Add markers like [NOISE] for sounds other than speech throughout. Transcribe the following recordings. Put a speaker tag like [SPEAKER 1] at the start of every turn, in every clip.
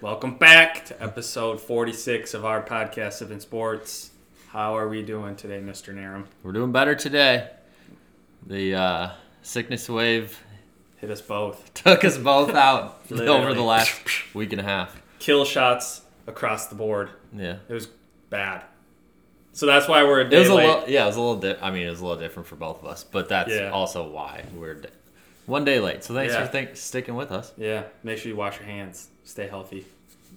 [SPEAKER 1] Welcome back to episode 46 of our podcast, Seven Sports. How are we doing today, Mr. Narum?
[SPEAKER 2] We're doing better today. The uh, sickness wave [LAUGHS]
[SPEAKER 1] Hit us both.
[SPEAKER 2] took us both out over
[SPEAKER 1] [LAUGHS] Literally.
[SPEAKER 2] the last week and a half.
[SPEAKER 1] Kill shots across the board.
[SPEAKER 2] Yeah.
[SPEAKER 1] It was bad. So that's why we're a day
[SPEAKER 2] It was a
[SPEAKER 1] late.
[SPEAKER 2] little, yeah, it was a little. Di- I mean, it was a little different for both of us, but that's
[SPEAKER 1] Yeah.
[SPEAKER 2] also why we're di- one day late. So thanks
[SPEAKER 1] Yeah.
[SPEAKER 2] for think sticking with us.
[SPEAKER 1] yeah, make sure you wash your hands. Stay healthy.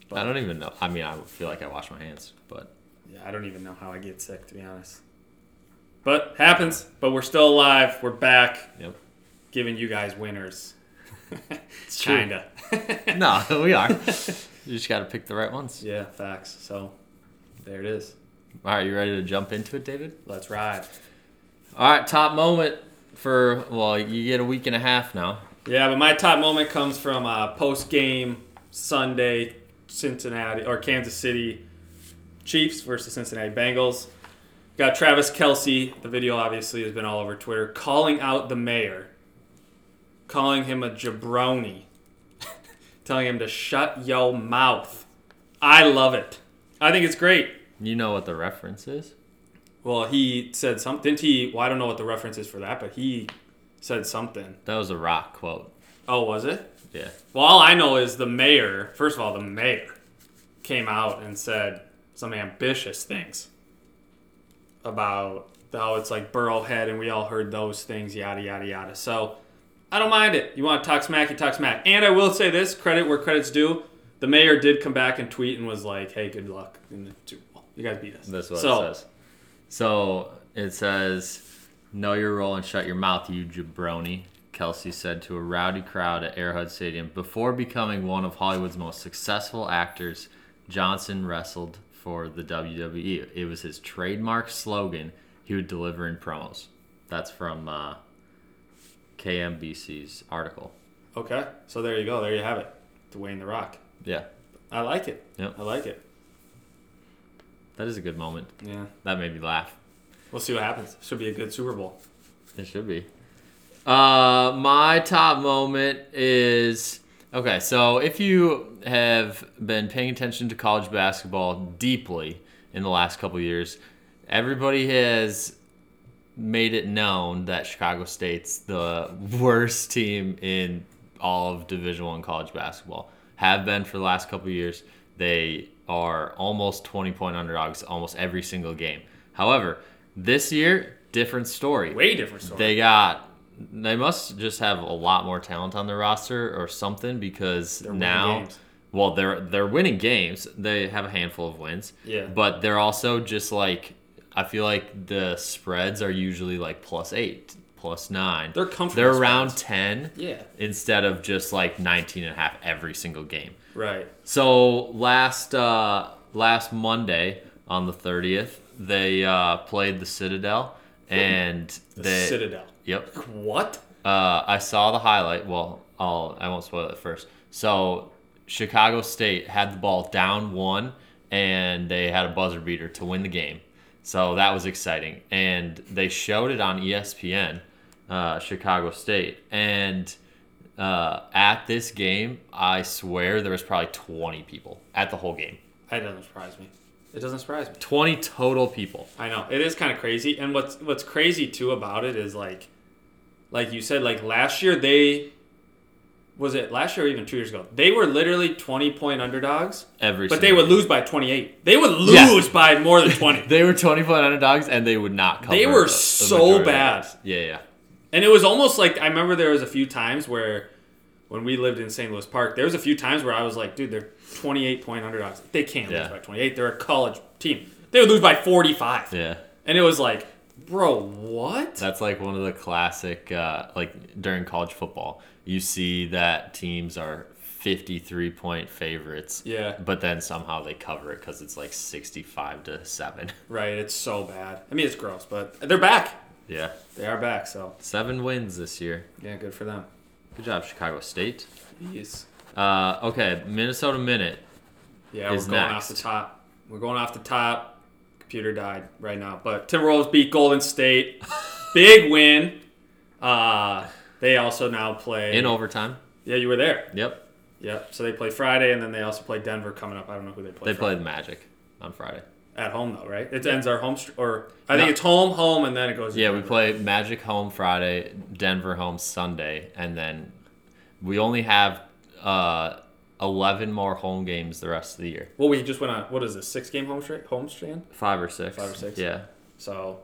[SPEAKER 1] But-
[SPEAKER 2] I don't even know. I mean, I feel like I wash my hands, but
[SPEAKER 1] Yeah, I don't even know how I get sick, to be honest. But happens. But we're still alive. We're back, [LAUGHS]
[SPEAKER 2] yep.
[SPEAKER 1] giving you guys winners.
[SPEAKER 2] [LAUGHS] It's true.
[SPEAKER 1] Kinda. [LAUGHS]
[SPEAKER 2] no, we are. You just got to pick the right ones.
[SPEAKER 1] Yeah, facts. So there it is.
[SPEAKER 2] All right, you ready to jump into it, David?
[SPEAKER 1] Let's ride.
[SPEAKER 2] All right, top moment for well, you get a week and a half now.
[SPEAKER 1] Yeah, but my top moment comes from uh, post game Sunday, Cincinnati or Kansas City Chiefs versus Cincinnati Bengals. Got Travis Kelsey. The video obviously has been all over Twitter calling out the mayor, calling him a jabroni, [LAUGHS] telling him to shut your mouth. I love it. I think it's great.
[SPEAKER 2] You know what the reference is?
[SPEAKER 1] Well, he said something. Didn't he? Well, I don't know what the reference is for that, but he said something.
[SPEAKER 2] That was a rock quote.
[SPEAKER 1] Oh, was it?
[SPEAKER 2] Yeah.
[SPEAKER 1] Well, all I know is the mayor, first of all, the mayor came out and said some ambitious things about how it's like Burrowhead and we all heard those things, yada, yada, yada. So I don't mind it. You want to talk smack, you talk smack. And I will say this credit where credit's due. The mayor did come back and tweet and was like, hey, good luck in the Super Bowl. You guys beat us.
[SPEAKER 2] That's what
[SPEAKER 1] so,
[SPEAKER 2] it says. So it says, "Know your role and shut your mouth, you jabroni." Kelsey said to a rowdy crowd at Airhead Stadium before becoming one of Hollywood's most successful actors. Johnson wrestled for the WWE. It was his trademark slogan he would deliver in promos. That's from uh, KMBC's article.
[SPEAKER 1] Okay. So there you go. There you have it. Dwayne The Rock.
[SPEAKER 2] Yeah,
[SPEAKER 1] I like it.
[SPEAKER 2] Yep.
[SPEAKER 1] I like it.
[SPEAKER 2] that is a good moment.
[SPEAKER 1] Yeah.
[SPEAKER 2] That made me laugh.
[SPEAKER 1] We'll see what happens. Should be a good Super Bowl.
[SPEAKER 2] It should be. Uh, my top moment is okay. So if you have been paying attention to college basketball deeply in the last couple years, everybody has made it known that Chicago State's the [LAUGHS] worst team in all of Division One college basketball. Have been for the last couple years. They are almost 20 point underdogs almost every single game. However, this year, different story.
[SPEAKER 1] Way different story.
[SPEAKER 2] They got. They must just have a lot more talent on their roster or something because
[SPEAKER 1] winning
[SPEAKER 2] now,
[SPEAKER 1] games.
[SPEAKER 2] well, they're they're winning games. They have a handful of wins.
[SPEAKER 1] Yeah.
[SPEAKER 2] But they're also just like I feel like the spreads are usually like plus eight, plus nine.
[SPEAKER 1] They're comfortable
[SPEAKER 2] They're around
[SPEAKER 1] spreads.
[SPEAKER 2] ten.
[SPEAKER 1] Yeah.
[SPEAKER 2] Instead of just like 19 and a half every single game.
[SPEAKER 1] Right.
[SPEAKER 2] So last uh, last Monday on the 30th, they uh, played the Citadel and
[SPEAKER 1] The
[SPEAKER 2] they
[SPEAKER 1] Citadel.
[SPEAKER 2] Yep.
[SPEAKER 1] What?
[SPEAKER 2] Uh, I saw the highlight. Well, I'll I won't spoil it first. So Chicago State had the ball down one, and they had a buzzer beater to win the game. So that was exciting, and they showed it on E ESPN, uh, Chicago State, and uh, at this game, I swear there was probably twenty people at the whole game.
[SPEAKER 1] That doesn't surprise me. It doesn't surprise me.
[SPEAKER 2] Twenty total people.
[SPEAKER 1] I know it is kind of crazy, and what's what's crazy too about it is like, like you said, like last year they, was it last year or even two years ago? They were literally twenty point underdogs,
[SPEAKER 2] Every
[SPEAKER 1] but
[SPEAKER 2] single
[SPEAKER 1] they would
[SPEAKER 2] game.
[SPEAKER 1] lose by twenty eight. They would
[SPEAKER 2] Yeah.
[SPEAKER 1] lose by more than twenty,
[SPEAKER 2] [LAUGHS] They were twenty point underdogs, and they would not cover.
[SPEAKER 1] They were
[SPEAKER 2] the- the
[SPEAKER 1] so
[SPEAKER 2] majority of the
[SPEAKER 1] bad.
[SPEAKER 2] games. Yeah, yeah.
[SPEAKER 1] and it was almost like I remember there was a few times where, when we lived in St. Louis Park, there was a few times where I was like, dude, they're twenty eight point underdogs. They can't
[SPEAKER 2] Yeah.
[SPEAKER 1] lose by twenty eight. They're a college team. They would lose by forty five.
[SPEAKER 2] Yeah.
[SPEAKER 1] And it was like, bro, what?
[SPEAKER 2] That's like one of the classic, uh, like during college football, you see that teams are 53 point favorites.
[SPEAKER 1] Yeah.
[SPEAKER 2] But then somehow they cover it because it's like 65 to [LAUGHS] 7.
[SPEAKER 1] Right, it's so bad. I mean, it's gross, but they're back.
[SPEAKER 2] Yeah.
[SPEAKER 1] They are back, so
[SPEAKER 2] Seven wins this year.
[SPEAKER 1] yeah, good for them.
[SPEAKER 2] Good job, Chicago State.
[SPEAKER 1] Yes.
[SPEAKER 2] Uh, okay, Minnesota Minute.
[SPEAKER 1] Yeah, we're
[SPEAKER 2] Is
[SPEAKER 1] going off the
[SPEAKER 2] next.
[SPEAKER 1] top. We're going off the top. Computer died right now, but Timberwolves beat Golden
[SPEAKER 2] [LAUGHS]
[SPEAKER 1] State. Big win. Uh, they also now play.
[SPEAKER 2] In overtime.
[SPEAKER 1] yeah, you were there.
[SPEAKER 2] Yep.
[SPEAKER 1] Yep. So they play Friday, and then they also play Denver coming up. I don't know who they play.
[SPEAKER 2] They play
[SPEAKER 1] Friday.
[SPEAKER 2] the Magic on Friday.
[SPEAKER 1] at home though, right? It ends our home str- or I think
[SPEAKER 2] No.
[SPEAKER 1] it's home, home, and then it goes. to
[SPEAKER 2] Yeah, we
[SPEAKER 1] Denver.
[SPEAKER 2] play Magic home Friday, Denver home Sunday, and then we only have uh, 11 more home games the rest of the year.
[SPEAKER 1] Well, we just went on. What is this? Six game home streak? Home strand.
[SPEAKER 2] Five or six.
[SPEAKER 1] Five or six.
[SPEAKER 2] Yeah.
[SPEAKER 1] So,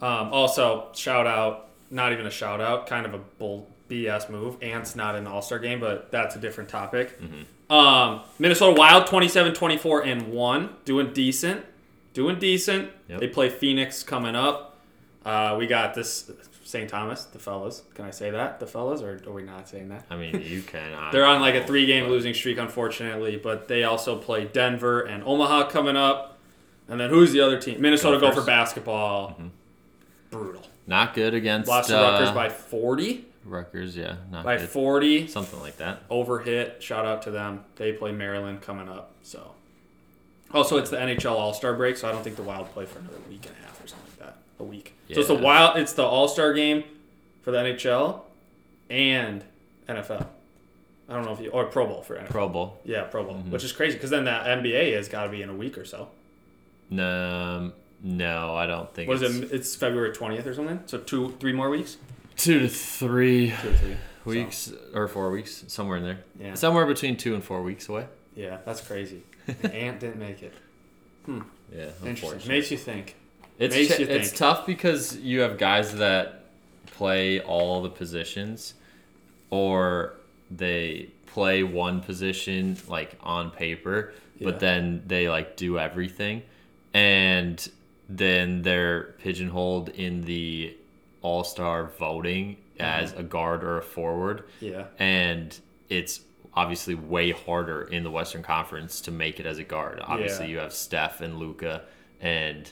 [SPEAKER 1] um, also shout out. Not even a shout out. Kind of a bull BS move. Ant's not in the All Star game, but that's a different topic. Um, Minnesota Wild 27, 24, and one, doing decent, doing decent.
[SPEAKER 2] Yep.
[SPEAKER 1] They play Phoenix coming up. Uh, we got this St. Thomas, the fellas. Can I say that, the fellas, or are we not saying that?
[SPEAKER 2] I mean, you
[SPEAKER 1] [LAUGHS]
[SPEAKER 2] can. I-
[SPEAKER 1] They're on like a three game losing streak, unfortunately, but they also play Denver and Omaha coming up. And then who's the other team? Minnesota go,
[SPEAKER 2] Gophers.
[SPEAKER 1] for basketball. Brutal.
[SPEAKER 2] Not good against
[SPEAKER 1] Lost
[SPEAKER 2] uh,
[SPEAKER 1] to Rutgers by 40.
[SPEAKER 2] Rutgers, yeah. Not
[SPEAKER 1] By
[SPEAKER 2] good.
[SPEAKER 1] 40.
[SPEAKER 2] Something like that.
[SPEAKER 1] Overhit. Shout out to them. They play Maryland coming up. So. Also, it's the NHL All Star break, so I don't think the Wild play for another week and a half or something like that. A week. So it's the
[SPEAKER 2] Yeah.
[SPEAKER 1] Wild. It's the All Star game for the NHL and NFL. I don't know if you or Pro Bowl for NFL.
[SPEAKER 2] Pro Bowl.
[SPEAKER 1] Yeah, Pro Bowl, which is crazy because then that NBA has got to be in a week or so.
[SPEAKER 2] No, no, I don't think
[SPEAKER 1] What is
[SPEAKER 2] it's
[SPEAKER 1] it? It's February twentieth or something. So two, three more weeks.
[SPEAKER 2] two to three
[SPEAKER 1] Two or three So,
[SPEAKER 2] weeks or four weeks, somewhere in there.
[SPEAKER 1] yeah,
[SPEAKER 2] Somewhere between two and four weeks away.
[SPEAKER 1] yeah, that's [LAUGHS] crazy. And Ant didn't make it.
[SPEAKER 2] Yeah,
[SPEAKER 1] Interesting.
[SPEAKER 2] unfortunately.
[SPEAKER 1] Makes you think.
[SPEAKER 2] It's
[SPEAKER 1] makes
[SPEAKER 2] ch-
[SPEAKER 1] you
[SPEAKER 2] it's
[SPEAKER 1] think.
[SPEAKER 2] tough because you have guys that play all the positions, or they play one position like on paper,
[SPEAKER 1] Yeah.
[SPEAKER 2] but then they like do everything, and then they're pigeonholed in the All Star voting
[SPEAKER 1] Mm-hmm.
[SPEAKER 2] as a guard or a forward
[SPEAKER 1] Yeah,
[SPEAKER 2] and it's obviously way harder in the Western Conference to make it as a guard. Obviously,
[SPEAKER 1] Yeah.
[SPEAKER 2] you have Steph and Luca and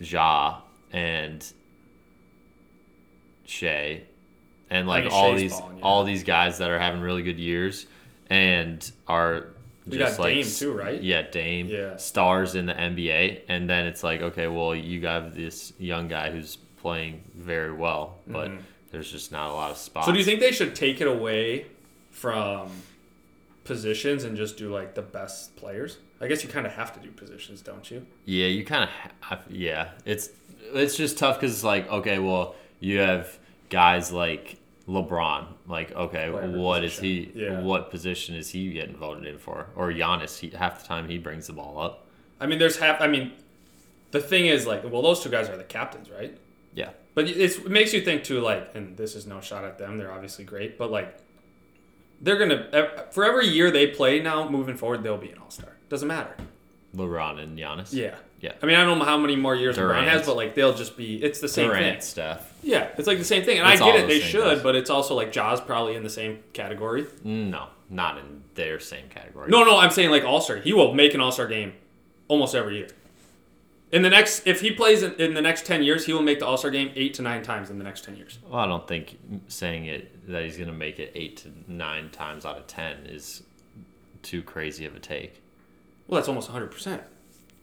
[SPEAKER 2] Ja and Shea and
[SPEAKER 1] I
[SPEAKER 2] like
[SPEAKER 1] mean,
[SPEAKER 2] all
[SPEAKER 1] Shea's
[SPEAKER 2] these
[SPEAKER 1] balling, yeah.
[SPEAKER 2] all these guys that are having really good years and are
[SPEAKER 1] We
[SPEAKER 2] just
[SPEAKER 1] got
[SPEAKER 2] like
[SPEAKER 1] Dame, too, right?
[SPEAKER 2] Yeah, Dame.
[SPEAKER 1] Yeah.
[SPEAKER 2] Stars in the NBA, and then it's like okay, well, you got this young guy who's playing very well, but there's just not a lot of spots.
[SPEAKER 1] Mm-hmm. So do you think they should take it away from positions and just do like the best players? I guess you kind of have to do positions, don't you?
[SPEAKER 2] Yeah, you kind of. Yeah, it's it's just tough because it's like okay, well, you have guys like LeBron. Like okay,
[SPEAKER 1] Whatever
[SPEAKER 2] what is
[SPEAKER 1] position.
[SPEAKER 2] he?
[SPEAKER 1] Yeah.
[SPEAKER 2] What position is he getting voted in for? Or Giannis? He, half the time he brings the ball up.
[SPEAKER 1] I mean, there's half. I mean, the thing is like, well, those two guys are the captains, right?
[SPEAKER 2] Yeah,
[SPEAKER 1] But it's, it makes you think too, like, and this is no shot at them. They're obviously great, but like, they're gonna ev- for every year they play now moving forward, they'll be an all star. Doesn't matter.
[SPEAKER 2] LeBron and Giannis.
[SPEAKER 1] Yeah.
[SPEAKER 2] Yeah.
[SPEAKER 1] I mean, I don't know how many more years Durant
[SPEAKER 2] Durant.
[SPEAKER 1] has, but like, they'll just be. It's the same
[SPEAKER 2] Durant,
[SPEAKER 1] thing.
[SPEAKER 2] Steph.
[SPEAKER 1] Yeah, it's like the same thing, and
[SPEAKER 2] It's
[SPEAKER 1] I get
[SPEAKER 2] all
[SPEAKER 1] it.
[SPEAKER 2] the
[SPEAKER 1] They
[SPEAKER 2] same
[SPEAKER 1] should,
[SPEAKER 2] guys.
[SPEAKER 1] but it's also like Jaws probably in the same category.
[SPEAKER 2] No, not in their same category.
[SPEAKER 1] No, no, I'm saying like all star. He will make an all star game almost every year. In the next, if he plays in, in the next ten years, he will make the all star game eight to nine times in the next ten years.
[SPEAKER 2] Well, I don't think saying it that he's gonna make it eight to nine times out of ten is too crazy of a take.
[SPEAKER 1] Well, that's almost 100. percent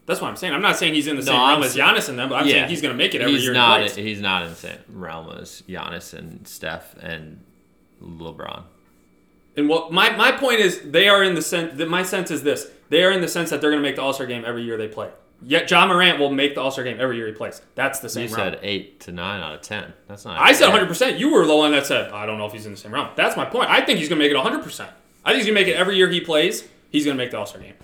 [SPEAKER 1] That's what I'm saying. I'm not saying he's in the
[SPEAKER 2] No,
[SPEAKER 1] same
[SPEAKER 2] I'm
[SPEAKER 1] realm as Giannis and them, but I'm
[SPEAKER 2] Yeah.
[SPEAKER 1] saying he's going to make it every
[SPEAKER 2] he's
[SPEAKER 1] year. he
[SPEAKER 2] Not,
[SPEAKER 1] plays.
[SPEAKER 2] he's not in the same realm as Giannis and Steph and LeBron.
[SPEAKER 1] And what my, my point is, they are in the sense that my sense is this: they are in the sense that they're going to make the All Star game every year they play. Yet John Morant will make the All Star game every year he plays. That's the
[SPEAKER 2] You
[SPEAKER 1] same. realm.
[SPEAKER 2] said eight to nine out of ten. That's not.
[SPEAKER 1] I said
[SPEAKER 2] yeah.
[SPEAKER 1] 100. percent You were the one that said I don't know if he's in the same realm. That's my point. I think he's going to make it 100. percent I think he's going to make it every year he plays. He's going to make the All Star game.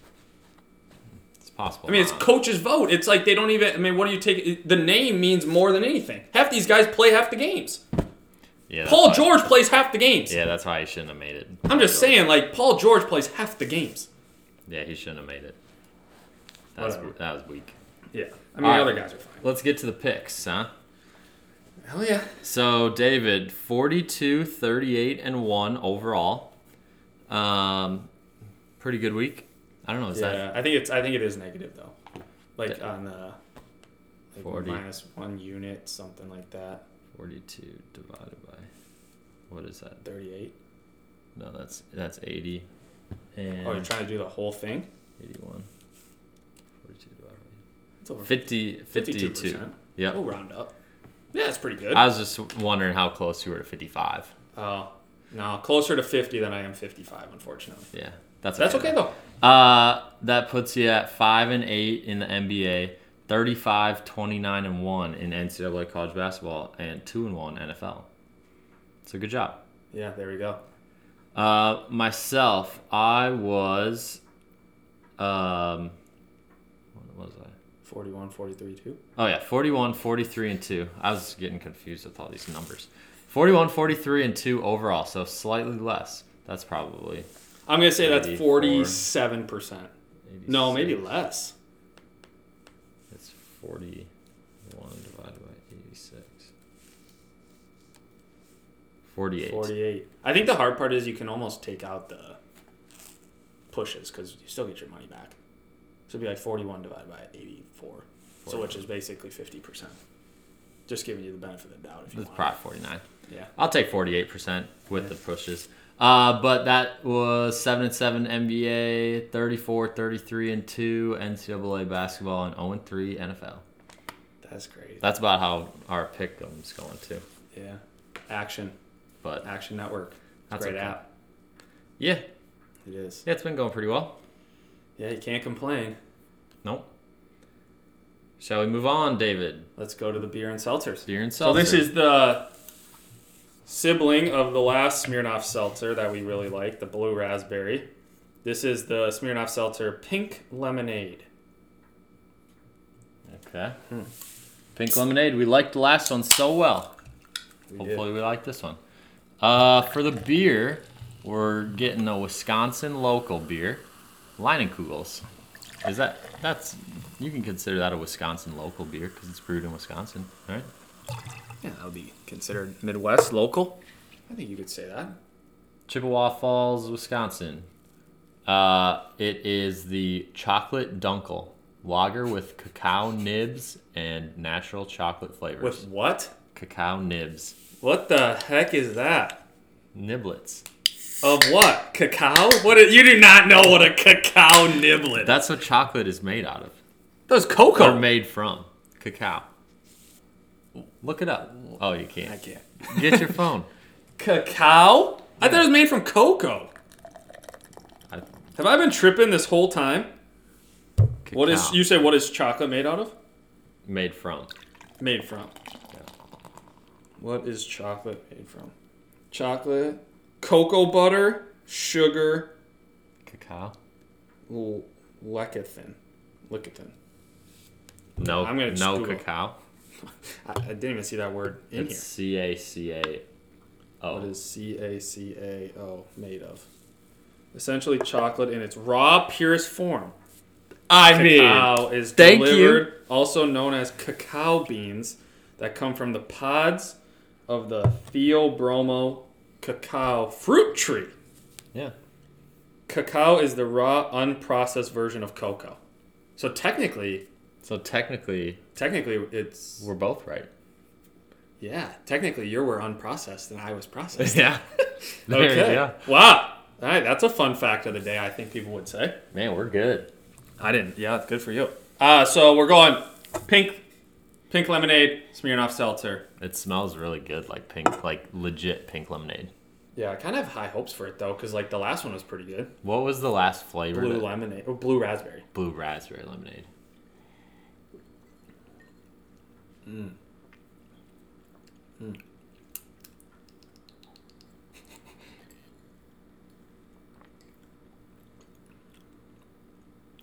[SPEAKER 2] It's possible.
[SPEAKER 1] I mean, it's coach's vote. It's like they don't even. I mean, what do you take? The name means more than anything. Half these guys play half the games.
[SPEAKER 2] yeah, that's
[SPEAKER 1] Paul
[SPEAKER 2] why-
[SPEAKER 1] George plays half the games.
[SPEAKER 2] Yeah, that's why he shouldn't have made it.
[SPEAKER 1] I'm just saying, like Paul George plays half the games.
[SPEAKER 2] Yeah, he shouldn't have made it. That was,
[SPEAKER 1] Whatever.
[SPEAKER 2] that was weak.
[SPEAKER 1] Yeah, I mean
[SPEAKER 2] All right.
[SPEAKER 1] the other guys are fine.
[SPEAKER 2] Let's get to the picks, huh?
[SPEAKER 1] Hell yeah.
[SPEAKER 2] So, David, 42, 38, and 1 overall. Um, pretty good week. I don't know. Is
[SPEAKER 1] yeah,
[SPEAKER 2] that
[SPEAKER 1] I think it's I think it is negative though, like on the like
[SPEAKER 2] 40.
[SPEAKER 1] minus one unit, something like that.
[SPEAKER 2] 42 divided by. What is that?
[SPEAKER 1] Thirty-eight.
[SPEAKER 2] No, that's that's 80 and
[SPEAKER 1] Oh, you're trying to do the whole thing?
[SPEAKER 2] 81. 42 divided
[SPEAKER 1] It's over
[SPEAKER 2] by 50, 52.
[SPEAKER 1] 52%.
[SPEAKER 2] Yep.
[SPEAKER 1] We'll round up. Yeah, that's pretty Oh, good.
[SPEAKER 2] I was just wondering how close you were to 55.
[SPEAKER 1] Oh, No, closer to 50 than I am 55, unfortunately.
[SPEAKER 2] Yeah, that's
[SPEAKER 1] That's okay, though.
[SPEAKER 2] Uh, that puts you at five and eight in the NBA, 35, 29 and one in NCAA college basketball, and two and one NFL. So good job.
[SPEAKER 1] Yeah, there we go.
[SPEAKER 2] Uh, myself, I was, um, what was I?
[SPEAKER 1] 41, 43, 2.
[SPEAKER 2] Oh yeah, 41, 43 and 2. I was getting confused with all these numbers. 41, 43 and 2 overall, so slightly less. That's probably
[SPEAKER 1] I'm going to say that's
[SPEAKER 2] 84.
[SPEAKER 1] 47%. No, maybe
[SPEAKER 2] 86.
[SPEAKER 1] less.
[SPEAKER 2] It's 41 divided by 86. 48.
[SPEAKER 1] 48. I think the hard part is you can almost take out the pushes because you still get your money back. So it'd be like 41 divided by 84. So which is basically 50%. Just giving you the benefit of the doubt if you
[SPEAKER 2] That's
[SPEAKER 1] want.
[SPEAKER 2] probably 49.
[SPEAKER 1] Yeah.
[SPEAKER 2] I'll take 48% with the pushes. Uh, but that was 7 and 7 NBA, 34, 33 and 2 NCAA basketball, and 0 and 3 NFL.
[SPEAKER 1] That's crazy.
[SPEAKER 2] That's about how our pick 'em's going too.
[SPEAKER 1] Yeah. Action.
[SPEAKER 2] But
[SPEAKER 1] Action Network. It's a
[SPEAKER 2] That's
[SPEAKER 1] great
[SPEAKER 2] okay.
[SPEAKER 1] app.
[SPEAKER 2] yeah,
[SPEAKER 1] It is.
[SPEAKER 2] yeah, it's been going pretty well.
[SPEAKER 1] Yeah, you can't complain.
[SPEAKER 2] Nope. Shall we move on, David?
[SPEAKER 1] Let's go to the beer and seltzers.
[SPEAKER 2] Beer and
[SPEAKER 1] So
[SPEAKER 2] seltzer.
[SPEAKER 1] this is the sibling of the last Smirnoff seltzer that we really like, the blue raspberry. This is the Smirnoff seltzer pink lemonade.
[SPEAKER 2] Okay. Hmm. Pink lemonade. We liked the last one so well.
[SPEAKER 1] We did.
[SPEAKER 2] Hopefully, we like this one. Uh, for the beer, we're getting a Wisconsin local beer, Leinenkugels. Is that that's you can consider that a Wisconsin local beer because it's brewed in Wisconsin, right?
[SPEAKER 1] Yeah, that would be considered Midwest local. I think you could say that.
[SPEAKER 2] Chippewa Falls, Wisconsin. Uh, it is the chocolate dunkel lager with cacao nibs and natural chocolate flavors.
[SPEAKER 1] With what?
[SPEAKER 2] cacao nibs,
[SPEAKER 1] What the heck is that?
[SPEAKER 2] niblets.
[SPEAKER 1] Of what? Cacao? What? Is, you do not know what a cacao niblet.
[SPEAKER 2] That's what chocolate is made out of.
[SPEAKER 1] Those
[SPEAKER 2] Or
[SPEAKER 1] cocoa.
[SPEAKER 2] made from cacao. Look it up. Oh, you
[SPEAKER 1] I
[SPEAKER 2] can't.
[SPEAKER 1] can't.
[SPEAKER 2] Get your phone.
[SPEAKER 1] Cacao? I thought it was made from cocoa.
[SPEAKER 2] I-
[SPEAKER 1] Have I been tripping this whole time? [LAUGHS] What is
[SPEAKER 2] Cacao.
[SPEAKER 1] you said? What is chocolate made out of?
[SPEAKER 2] made from?
[SPEAKER 1] Made from. What is chocolate made from? Chocolate, cocoa butter, sugar,
[SPEAKER 2] Cacao.
[SPEAKER 1] l- lecithin, lecithin. [LAUGHS]
[SPEAKER 2] No,
[SPEAKER 1] I'm gonna just
[SPEAKER 2] no
[SPEAKER 1] Google.
[SPEAKER 2] cacao.
[SPEAKER 1] I, I didn't even see that word in
[SPEAKER 2] It's C A C A.
[SPEAKER 1] here.
[SPEAKER 2] O.
[SPEAKER 1] What is C A C A O made of? Essentially, chocolate in its raw, purest form.
[SPEAKER 2] I
[SPEAKER 1] cacao is
[SPEAKER 2] thank
[SPEAKER 1] delivered, also known as cacao beans, that come from the pods of the Theobromo cacao fruit tree.
[SPEAKER 2] Yeah.
[SPEAKER 1] Cacao is the raw, unprocessed version of cocoa. So technically,
[SPEAKER 2] So technically,
[SPEAKER 1] technically, it's
[SPEAKER 2] we're both right.
[SPEAKER 1] yeah. Technically, you were unprocessed and I was
[SPEAKER 2] [LAUGHS]
[SPEAKER 1] processed. [LAUGHS]
[SPEAKER 2] yeah. There you
[SPEAKER 1] okay.
[SPEAKER 2] go.
[SPEAKER 1] Wow. All right, that's a fun fact of the day. I think people would say.
[SPEAKER 2] Man, we're good.
[SPEAKER 1] I didn't. Yeah, good for you. Uh, so we're going pink, pink lemonade, Smirnoff seltzer.
[SPEAKER 2] It smells really good, like pink, like legit pink lemonade.
[SPEAKER 1] Yeah, I kind of have high hopes for it though, because like the last one was pretty good.
[SPEAKER 2] What was the last flavor?
[SPEAKER 1] Blue
[SPEAKER 2] that-
[SPEAKER 1] lemonade or blue raspberry.
[SPEAKER 2] blue raspberry lemonade.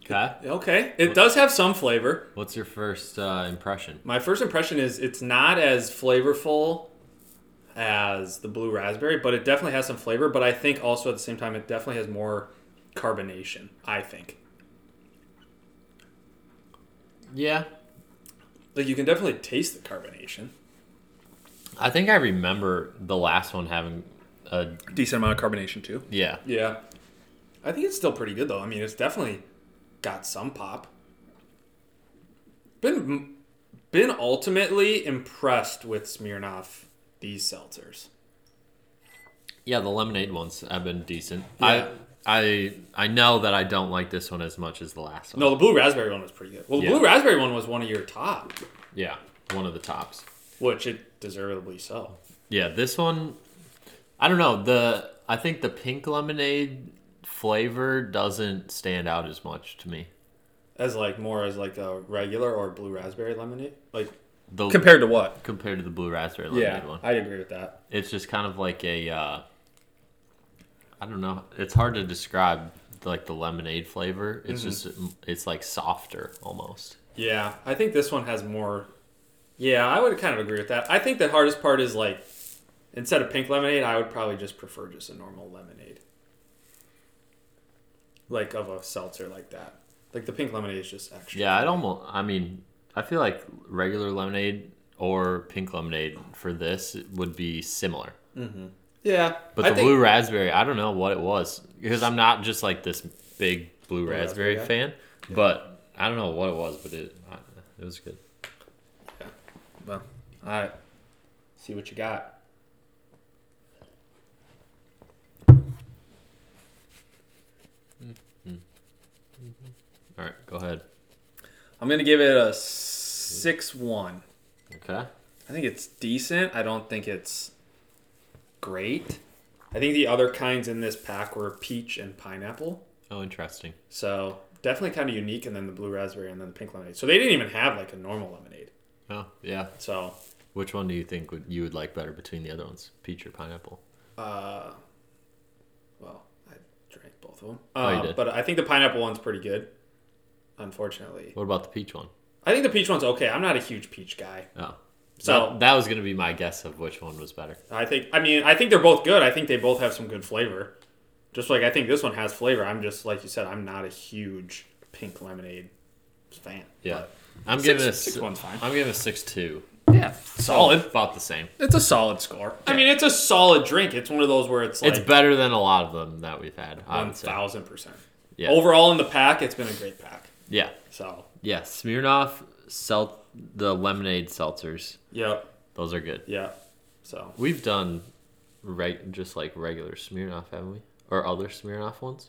[SPEAKER 2] Okay.
[SPEAKER 1] Okay, it does have some flavor.
[SPEAKER 2] What's your first uh, impression?
[SPEAKER 1] My first impression is it's not as flavorful as the blue raspberry, but it definitely has some flavor. But I think also at the same time, it definitely has more carbonation. I think
[SPEAKER 2] Yeah.
[SPEAKER 1] like you can definitely taste the carbonation.
[SPEAKER 2] I think I remember the last one having a
[SPEAKER 1] Decent amount of carbonation too.
[SPEAKER 2] yeah.
[SPEAKER 1] Yeah, I think it's still pretty good though. I mean, it's definitely got some pop. Been been ultimately impressed with Smirnoff these seltzers.
[SPEAKER 2] Yeah, the lemonade ones have been decent.
[SPEAKER 1] Yeah.
[SPEAKER 2] I I I know that I don't like this one as much as the last one.
[SPEAKER 1] No, the blue raspberry one was pretty good. Well, the
[SPEAKER 2] Yeah.
[SPEAKER 1] blue raspberry one was one of your top,
[SPEAKER 2] Yeah, one of the tops.
[SPEAKER 1] which it deservedly so.
[SPEAKER 2] Yeah, this one I don't know. The I think the pink lemonade flavor doesn't stand out as much to me.
[SPEAKER 1] As like more as like a regular or blue raspberry lemonade, like
[SPEAKER 2] The
[SPEAKER 1] compared to what?
[SPEAKER 2] compared to the blue raspberry lemonade
[SPEAKER 1] Yeah,
[SPEAKER 2] one,
[SPEAKER 1] I agree with that.
[SPEAKER 2] it's just kind of like a. Uh, I don't know. It's hard to describe like the lemonade flavor. It's
[SPEAKER 1] Mm-hmm.
[SPEAKER 2] just it's like softer almost.
[SPEAKER 1] Yeah, I think this one has more. Yeah, I would kind of agree with that. I think the hardest part is like instead of pink lemonade, I would probably just prefer just a normal lemonade, like of a seltzer like that. Like the pink lemonade is just extra.
[SPEAKER 2] Yeah, I'd almost. I mean, I feel like regular lemonade or pink lemonade for this would be similar.
[SPEAKER 1] yeah.
[SPEAKER 2] But
[SPEAKER 1] I
[SPEAKER 2] the
[SPEAKER 1] think-
[SPEAKER 2] blue raspberry, I don't know what it was because I'm not just like this big blue, raspberry,
[SPEAKER 1] raspberry guy?
[SPEAKER 2] fan. But I don't know what it was, but it I- it was good.
[SPEAKER 1] Well, all right. See what you got.
[SPEAKER 2] All right, go ahead.
[SPEAKER 1] I'm gonna give it a six one.
[SPEAKER 2] Okay.
[SPEAKER 1] I think it's decent. I don't think it's great. I think the other kinds in this pack were peach and pineapple.
[SPEAKER 2] Oh, interesting.
[SPEAKER 1] So definitely kind of unique, and then the blue raspberry, and then the pink lemonade. So they didn't even have like a normal lemonade.
[SPEAKER 2] Oh, yeah.
[SPEAKER 1] So
[SPEAKER 2] Which one do you think would you would like better between the other ones, peach or pineapple?
[SPEAKER 1] uh, well, I drank both of them,
[SPEAKER 2] Oh, you
[SPEAKER 1] uh,
[SPEAKER 2] did.
[SPEAKER 1] but I think the pineapple one's pretty good. Unfortunately,
[SPEAKER 2] What about the peach one?
[SPEAKER 1] I think the peach one's okay. I'm not a huge peach guy,
[SPEAKER 2] Oh,
[SPEAKER 1] so
[SPEAKER 2] that, that was gonna be my guess of which one was better.
[SPEAKER 1] I think I mean I think they're both good. I think they both have some good flavor. Just like I think this one has flavor. I'm just like you said. I'm not a huge pink lemonade fan.
[SPEAKER 2] Yeah,
[SPEAKER 1] but
[SPEAKER 2] I'm
[SPEAKER 1] six-
[SPEAKER 2] giving a
[SPEAKER 1] six one's fine.
[SPEAKER 2] I'm giving a six two.
[SPEAKER 1] yeah, solid.
[SPEAKER 2] Oh, about the same.
[SPEAKER 1] It's a solid score. I mean, it's a solid drink. It's one of those where it's like
[SPEAKER 2] it's better than a lot of them that we've had. I
[SPEAKER 1] one
[SPEAKER 2] would say.
[SPEAKER 1] thousand percent.
[SPEAKER 2] Yeah.
[SPEAKER 1] Overall in the pack, it's been a great pack.
[SPEAKER 2] Yeah,
[SPEAKER 1] So,
[SPEAKER 2] yeah. Smirnoff, sel- the lemonade seltzers.
[SPEAKER 1] yep,
[SPEAKER 2] Those are good.
[SPEAKER 1] yep. So
[SPEAKER 2] We've done right just like regular Smirnoff, haven't we? Or other Smirnoff ones?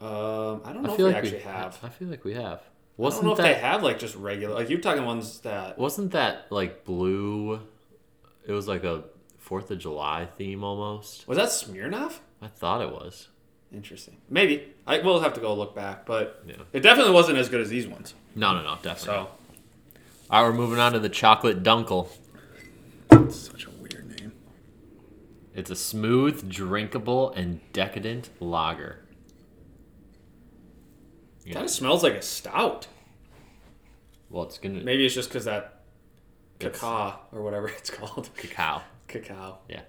[SPEAKER 1] um, I don't know if we actually have.
[SPEAKER 2] I feel like we have.
[SPEAKER 1] I don't know
[SPEAKER 2] Wasn't
[SPEAKER 1] if they
[SPEAKER 2] that
[SPEAKER 1] have like just regular. Like you're talking ones that.
[SPEAKER 2] wasn't that like blue? It was like a Fourth of July theme almost.
[SPEAKER 1] Was that Smirnoff?
[SPEAKER 2] I thought it was.
[SPEAKER 1] Interesting. Maybe I will have to go look back, but
[SPEAKER 2] Yeah.
[SPEAKER 1] it definitely wasn't as good as these ones.
[SPEAKER 2] No, no, no, definitely.
[SPEAKER 1] So
[SPEAKER 2] All right, we're moving on to the chocolate dunkel.
[SPEAKER 1] such a weird name.
[SPEAKER 2] It's a smooth, drinkable, and decadent lager. Yeah.
[SPEAKER 1] Kind of smells like a stout.
[SPEAKER 2] Well, it's gonna
[SPEAKER 1] Maybe it's just because that
[SPEAKER 2] It's-
[SPEAKER 1] cacao or whatever [LAUGHS] it's called.
[SPEAKER 2] cacao.
[SPEAKER 1] cacao.
[SPEAKER 2] Yeah,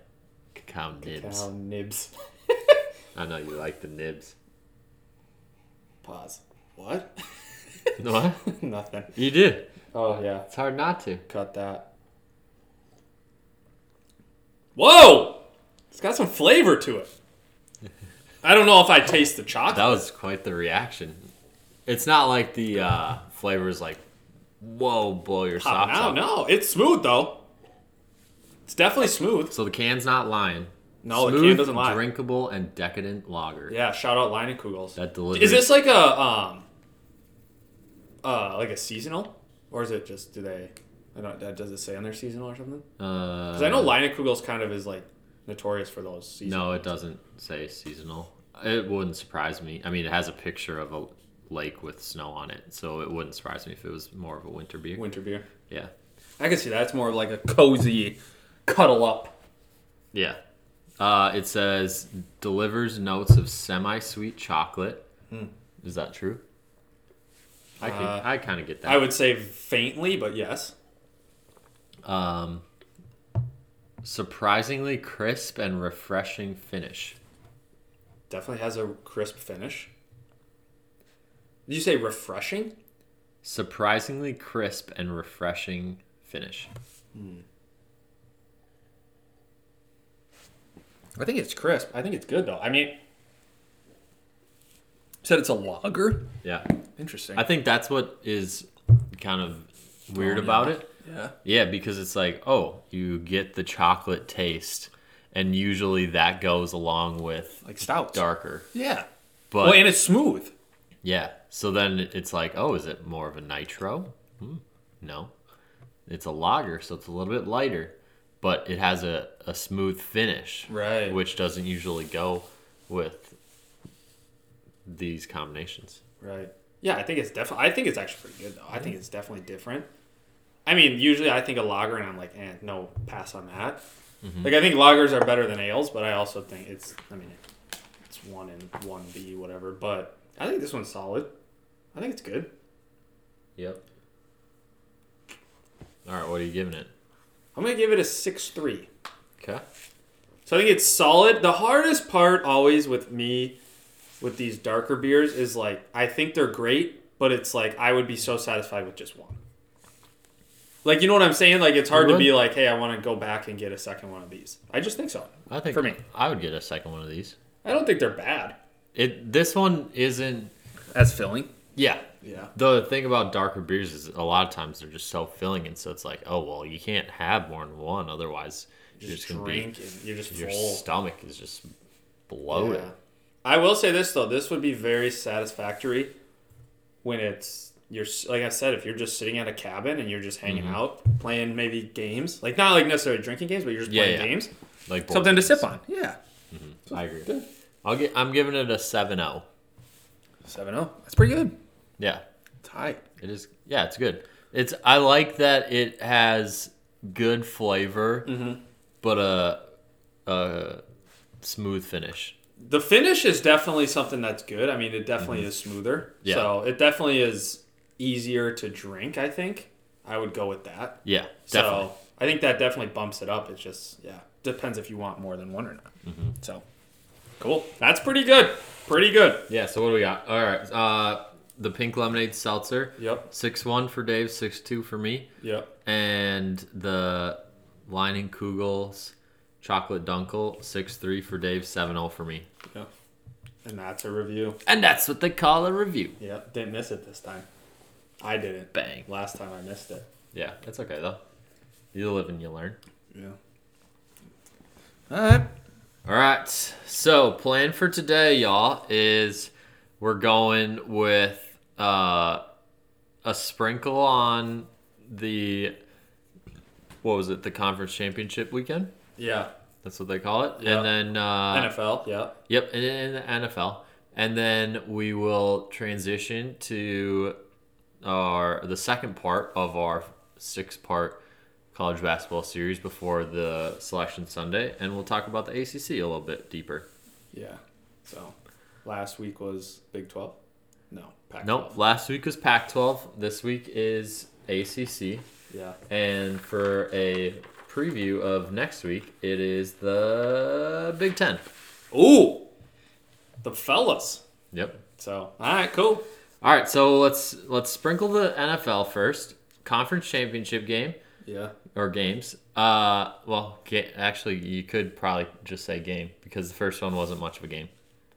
[SPEAKER 2] cacao nibs.
[SPEAKER 1] Cacao nibs.
[SPEAKER 2] I know you like the
[SPEAKER 1] [LAUGHS]
[SPEAKER 2] nibs.
[SPEAKER 1] Pause. What? [LAUGHS]
[SPEAKER 2] what?
[SPEAKER 1] Nothing.
[SPEAKER 2] You do.
[SPEAKER 1] Oh yeah.
[SPEAKER 2] It's hard not to.
[SPEAKER 1] Cut that. Whoa! It's got some flavor to it. I don't know if I taste the
[SPEAKER 2] That
[SPEAKER 1] chocolate.
[SPEAKER 2] was quite the reaction. It's not like the uh, flavors like, whoa, blow your
[SPEAKER 1] I
[SPEAKER 2] socks
[SPEAKER 1] don't
[SPEAKER 2] off.
[SPEAKER 1] know. It's smooth though. It's definitely smooth.
[SPEAKER 2] So the can's not lying.
[SPEAKER 1] No, the
[SPEAKER 2] smooth,
[SPEAKER 1] can doesn't lie.
[SPEAKER 2] drinkable, and decadent lager.
[SPEAKER 1] Yeah, shout out Leinenkugels.
[SPEAKER 2] That delivers.
[SPEAKER 1] Is this like a um uh like a seasonal? Or is it just do they I don't that does it say on their seasonal or something?
[SPEAKER 2] Uh,
[SPEAKER 1] Because I know Leinenkugels kind of is like notorious for those seasonal.
[SPEAKER 2] No, it doesn't say seasonal. It wouldn't surprise me. I mean, it has a picture of a lake with snow on it, so it wouldn't surprise me if it was more of a winter beer.
[SPEAKER 1] Winter beer.
[SPEAKER 2] Yeah.
[SPEAKER 1] I can see that. It's more of like a cozy cuddle up.
[SPEAKER 2] Yeah. Uh, it says delivers notes of semi-sweet chocolate. Is that true? I can,
[SPEAKER 1] Hmm. Uh,
[SPEAKER 2] I kind of get
[SPEAKER 1] I
[SPEAKER 2] that.
[SPEAKER 1] would say faintly, but yes.
[SPEAKER 2] um, surprisingly crisp and refreshing finish.
[SPEAKER 1] Definitely has a crisp finish. Did you say refreshing?
[SPEAKER 2] Surprisingly crisp and refreshing finish.
[SPEAKER 1] I think it's crisp. I think it's good though. I mean, you said it's a lager.
[SPEAKER 2] Yeah.
[SPEAKER 1] Interesting.
[SPEAKER 2] I think that's what is kind of weird
[SPEAKER 1] Throwing
[SPEAKER 2] about
[SPEAKER 1] you
[SPEAKER 2] it.
[SPEAKER 1] yeah.
[SPEAKER 2] Yeah, because it's like, oh, you get the chocolate taste, and usually that goes along with
[SPEAKER 1] Like stout.
[SPEAKER 2] darker.
[SPEAKER 1] Yeah.
[SPEAKER 2] But
[SPEAKER 1] Well, and it's smooth.
[SPEAKER 2] yeah, so then it's like, oh, is it more of a nitro? Hmm, no, it's a lager, so it's a little bit lighter. but it has a, a smooth finish,
[SPEAKER 3] Right.
[SPEAKER 2] Which doesn't usually go with these combinations.
[SPEAKER 1] Right. Yeah, I think it's definitely. I think it's actually pretty good though. I think it's definitely different. I mean, usually I think of lager and I'm like, eh, no, pass on that. Like I think lagers are better than ales, but I also think it's. I mean, it's one and one B whatever. But I think this one's solid. I think it's good.
[SPEAKER 2] Yep. All right, what are you giving it?
[SPEAKER 1] I'm gonna give it a six three.
[SPEAKER 2] Okay.
[SPEAKER 1] So I think it's solid. The hardest part always with me with these darker beers is like I think they're great, but it's like I would be so satisfied with just one. Like you know what I'm saying? Like it's hard
[SPEAKER 2] You
[SPEAKER 1] to be
[SPEAKER 2] would?
[SPEAKER 1] like, hey, I want to go back and get a second one of these. I just think so.
[SPEAKER 2] I think
[SPEAKER 1] For me.
[SPEAKER 2] I would get a second one of these.
[SPEAKER 1] I don't think they're bad.
[SPEAKER 2] It this one isn't
[SPEAKER 1] As filling.
[SPEAKER 2] yeah.
[SPEAKER 3] Yeah.
[SPEAKER 2] The thing about darker beers is a lot of times they're just so filling and so it's like, oh well, you can't have more than one otherwise you're
[SPEAKER 1] Just
[SPEAKER 2] just gonna be
[SPEAKER 1] drink and you're just
[SPEAKER 2] your
[SPEAKER 1] full.
[SPEAKER 2] stomach is just bloated.
[SPEAKER 1] Yeah. I will say this though, this would be very satisfactory when it's you're s- like I said, if you're just sitting at a cabin and you're just hanging
[SPEAKER 2] Mm-hmm.
[SPEAKER 1] out, playing maybe games, like not like necessarily drinking games, but you're just
[SPEAKER 2] Yeah,
[SPEAKER 1] playing
[SPEAKER 2] yeah.
[SPEAKER 1] games,
[SPEAKER 2] Like board
[SPEAKER 1] something to
[SPEAKER 2] games.
[SPEAKER 1] sip on. Yeah,
[SPEAKER 2] I agree. I'll get I'm giving it a 7-0.
[SPEAKER 1] seven zero. That's pretty good.
[SPEAKER 2] Yeah.
[SPEAKER 3] Tight.
[SPEAKER 2] It is. Yeah, it's good. It's. I like that it has good flavor, but a, a smooth finish.
[SPEAKER 1] The finish is definitely something that's good. I mean, it definitely is smoother.
[SPEAKER 2] Mm-hmm. Yeah.
[SPEAKER 1] So it definitely is easier to drink. I think I would go with that.
[SPEAKER 2] Yeah, definitely.
[SPEAKER 1] So I think that definitely bumps it up. It's just yeah, depends if you want more than one or not.
[SPEAKER 2] Mm-hmm.
[SPEAKER 1] So cool. That's pretty good. Pretty good.
[SPEAKER 2] yeah. So what do we got? All right. Uh, the pink lemonade seltzer.
[SPEAKER 1] Yep.
[SPEAKER 2] Six one for Dave. Six two for me.
[SPEAKER 1] Yep.
[SPEAKER 2] And the lining Kugels chocolate dunkel. Six three for Dave. Seven zero for me.
[SPEAKER 1] Yep. And that's a review.
[SPEAKER 2] And that's what they call a review.
[SPEAKER 1] Yep. Didn't miss it this time. I didn't.
[SPEAKER 2] Bang.
[SPEAKER 1] Last time I missed it.
[SPEAKER 2] Yeah, it's okay though. You live and you learn.
[SPEAKER 3] Yeah. All right.
[SPEAKER 2] All right. So, plan for today, y'all, is we're going with uh, a sprinkle on the what was it? The conference championship weekend.
[SPEAKER 1] Yeah.
[SPEAKER 2] That's what they call it.
[SPEAKER 1] Yeah.
[SPEAKER 2] And then uh,
[SPEAKER 1] NFL. Yep.
[SPEAKER 2] Yep, and in the NFL. And then we will transition to our the second part of our six part college basketball series before the selection Sunday, and we'll talk about the ACC a little bit deeper.
[SPEAKER 1] Yeah. So last week was Big Twelve. No. Pac-12.
[SPEAKER 2] Nope, last week was Pac 12, this week is ACC,
[SPEAKER 1] Yeah.
[SPEAKER 2] and for a preview of next week, it is the Big Ten.
[SPEAKER 1] Ooh. The fellas.
[SPEAKER 2] Yep.
[SPEAKER 1] So all right. Cool.
[SPEAKER 2] All right, so let's let's sprinkle the NFL first. Conference championship game.
[SPEAKER 1] Yeah.
[SPEAKER 2] or games. Uh, well, ga- actually, you could probably just say game because the first one wasn't much of a game.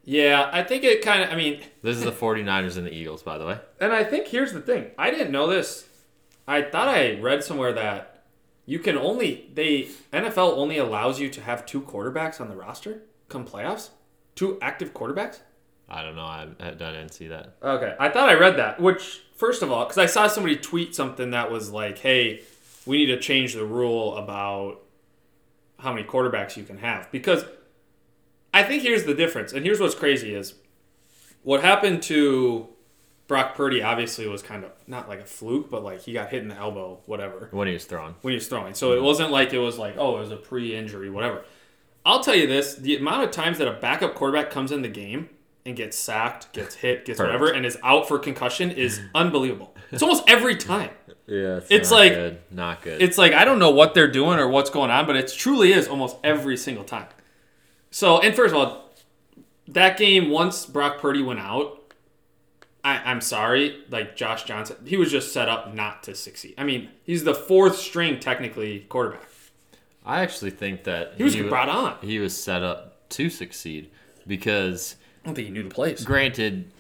[SPEAKER 1] Yeah. I think it kind of. I mean.
[SPEAKER 2] This is the 49ers and the Eagles, by the way.
[SPEAKER 1] And I think here's the thing. I didn't know this. I thought I read somewhere that you can only they NFL only allows you to have two quarterbacks on the roster come playoffs. Two active quarterbacks?
[SPEAKER 2] I don't know. I, I didn't see that.
[SPEAKER 1] Okay. I thought I read that, which first of all, cuz I saw somebody tweet something that was like, "Hey, we need to change the rule about how many quarterbacks you can have." Because I think here's the difference. And here's what's crazy is what happened to Brock Purdy obviously was kind of not like a fluke, but like he got hit in the elbow, whatever,
[SPEAKER 2] When he was thrown.
[SPEAKER 1] when he was throwing. So it wasn't like it was like, oh, it was a pre injury, whatever. I'll tell you this the amount of times that a backup quarterback comes in the game and gets sacked, gets hit, gets
[SPEAKER 2] Hurt.
[SPEAKER 1] whatever, and is out for concussion is unbelievable. It's almost every time.
[SPEAKER 2] Yeah, it's,
[SPEAKER 1] It's like-
[SPEAKER 2] good. not good.
[SPEAKER 1] It's like I don't know what they're doing or what's going on, but it truly is almost every single time. So, and first of all, that game once Brock Purdy went out, I, I'm sorry, like Josh Johnson, he was just set up not to succeed. I mean, he's the fourth string technically quarterback.
[SPEAKER 2] I actually think that
[SPEAKER 1] He was brought on. I
[SPEAKER 2] he was set up to succeed because,
[SPEAKER 1] don't think he knew the plays.
[SPEAKER 2] granted,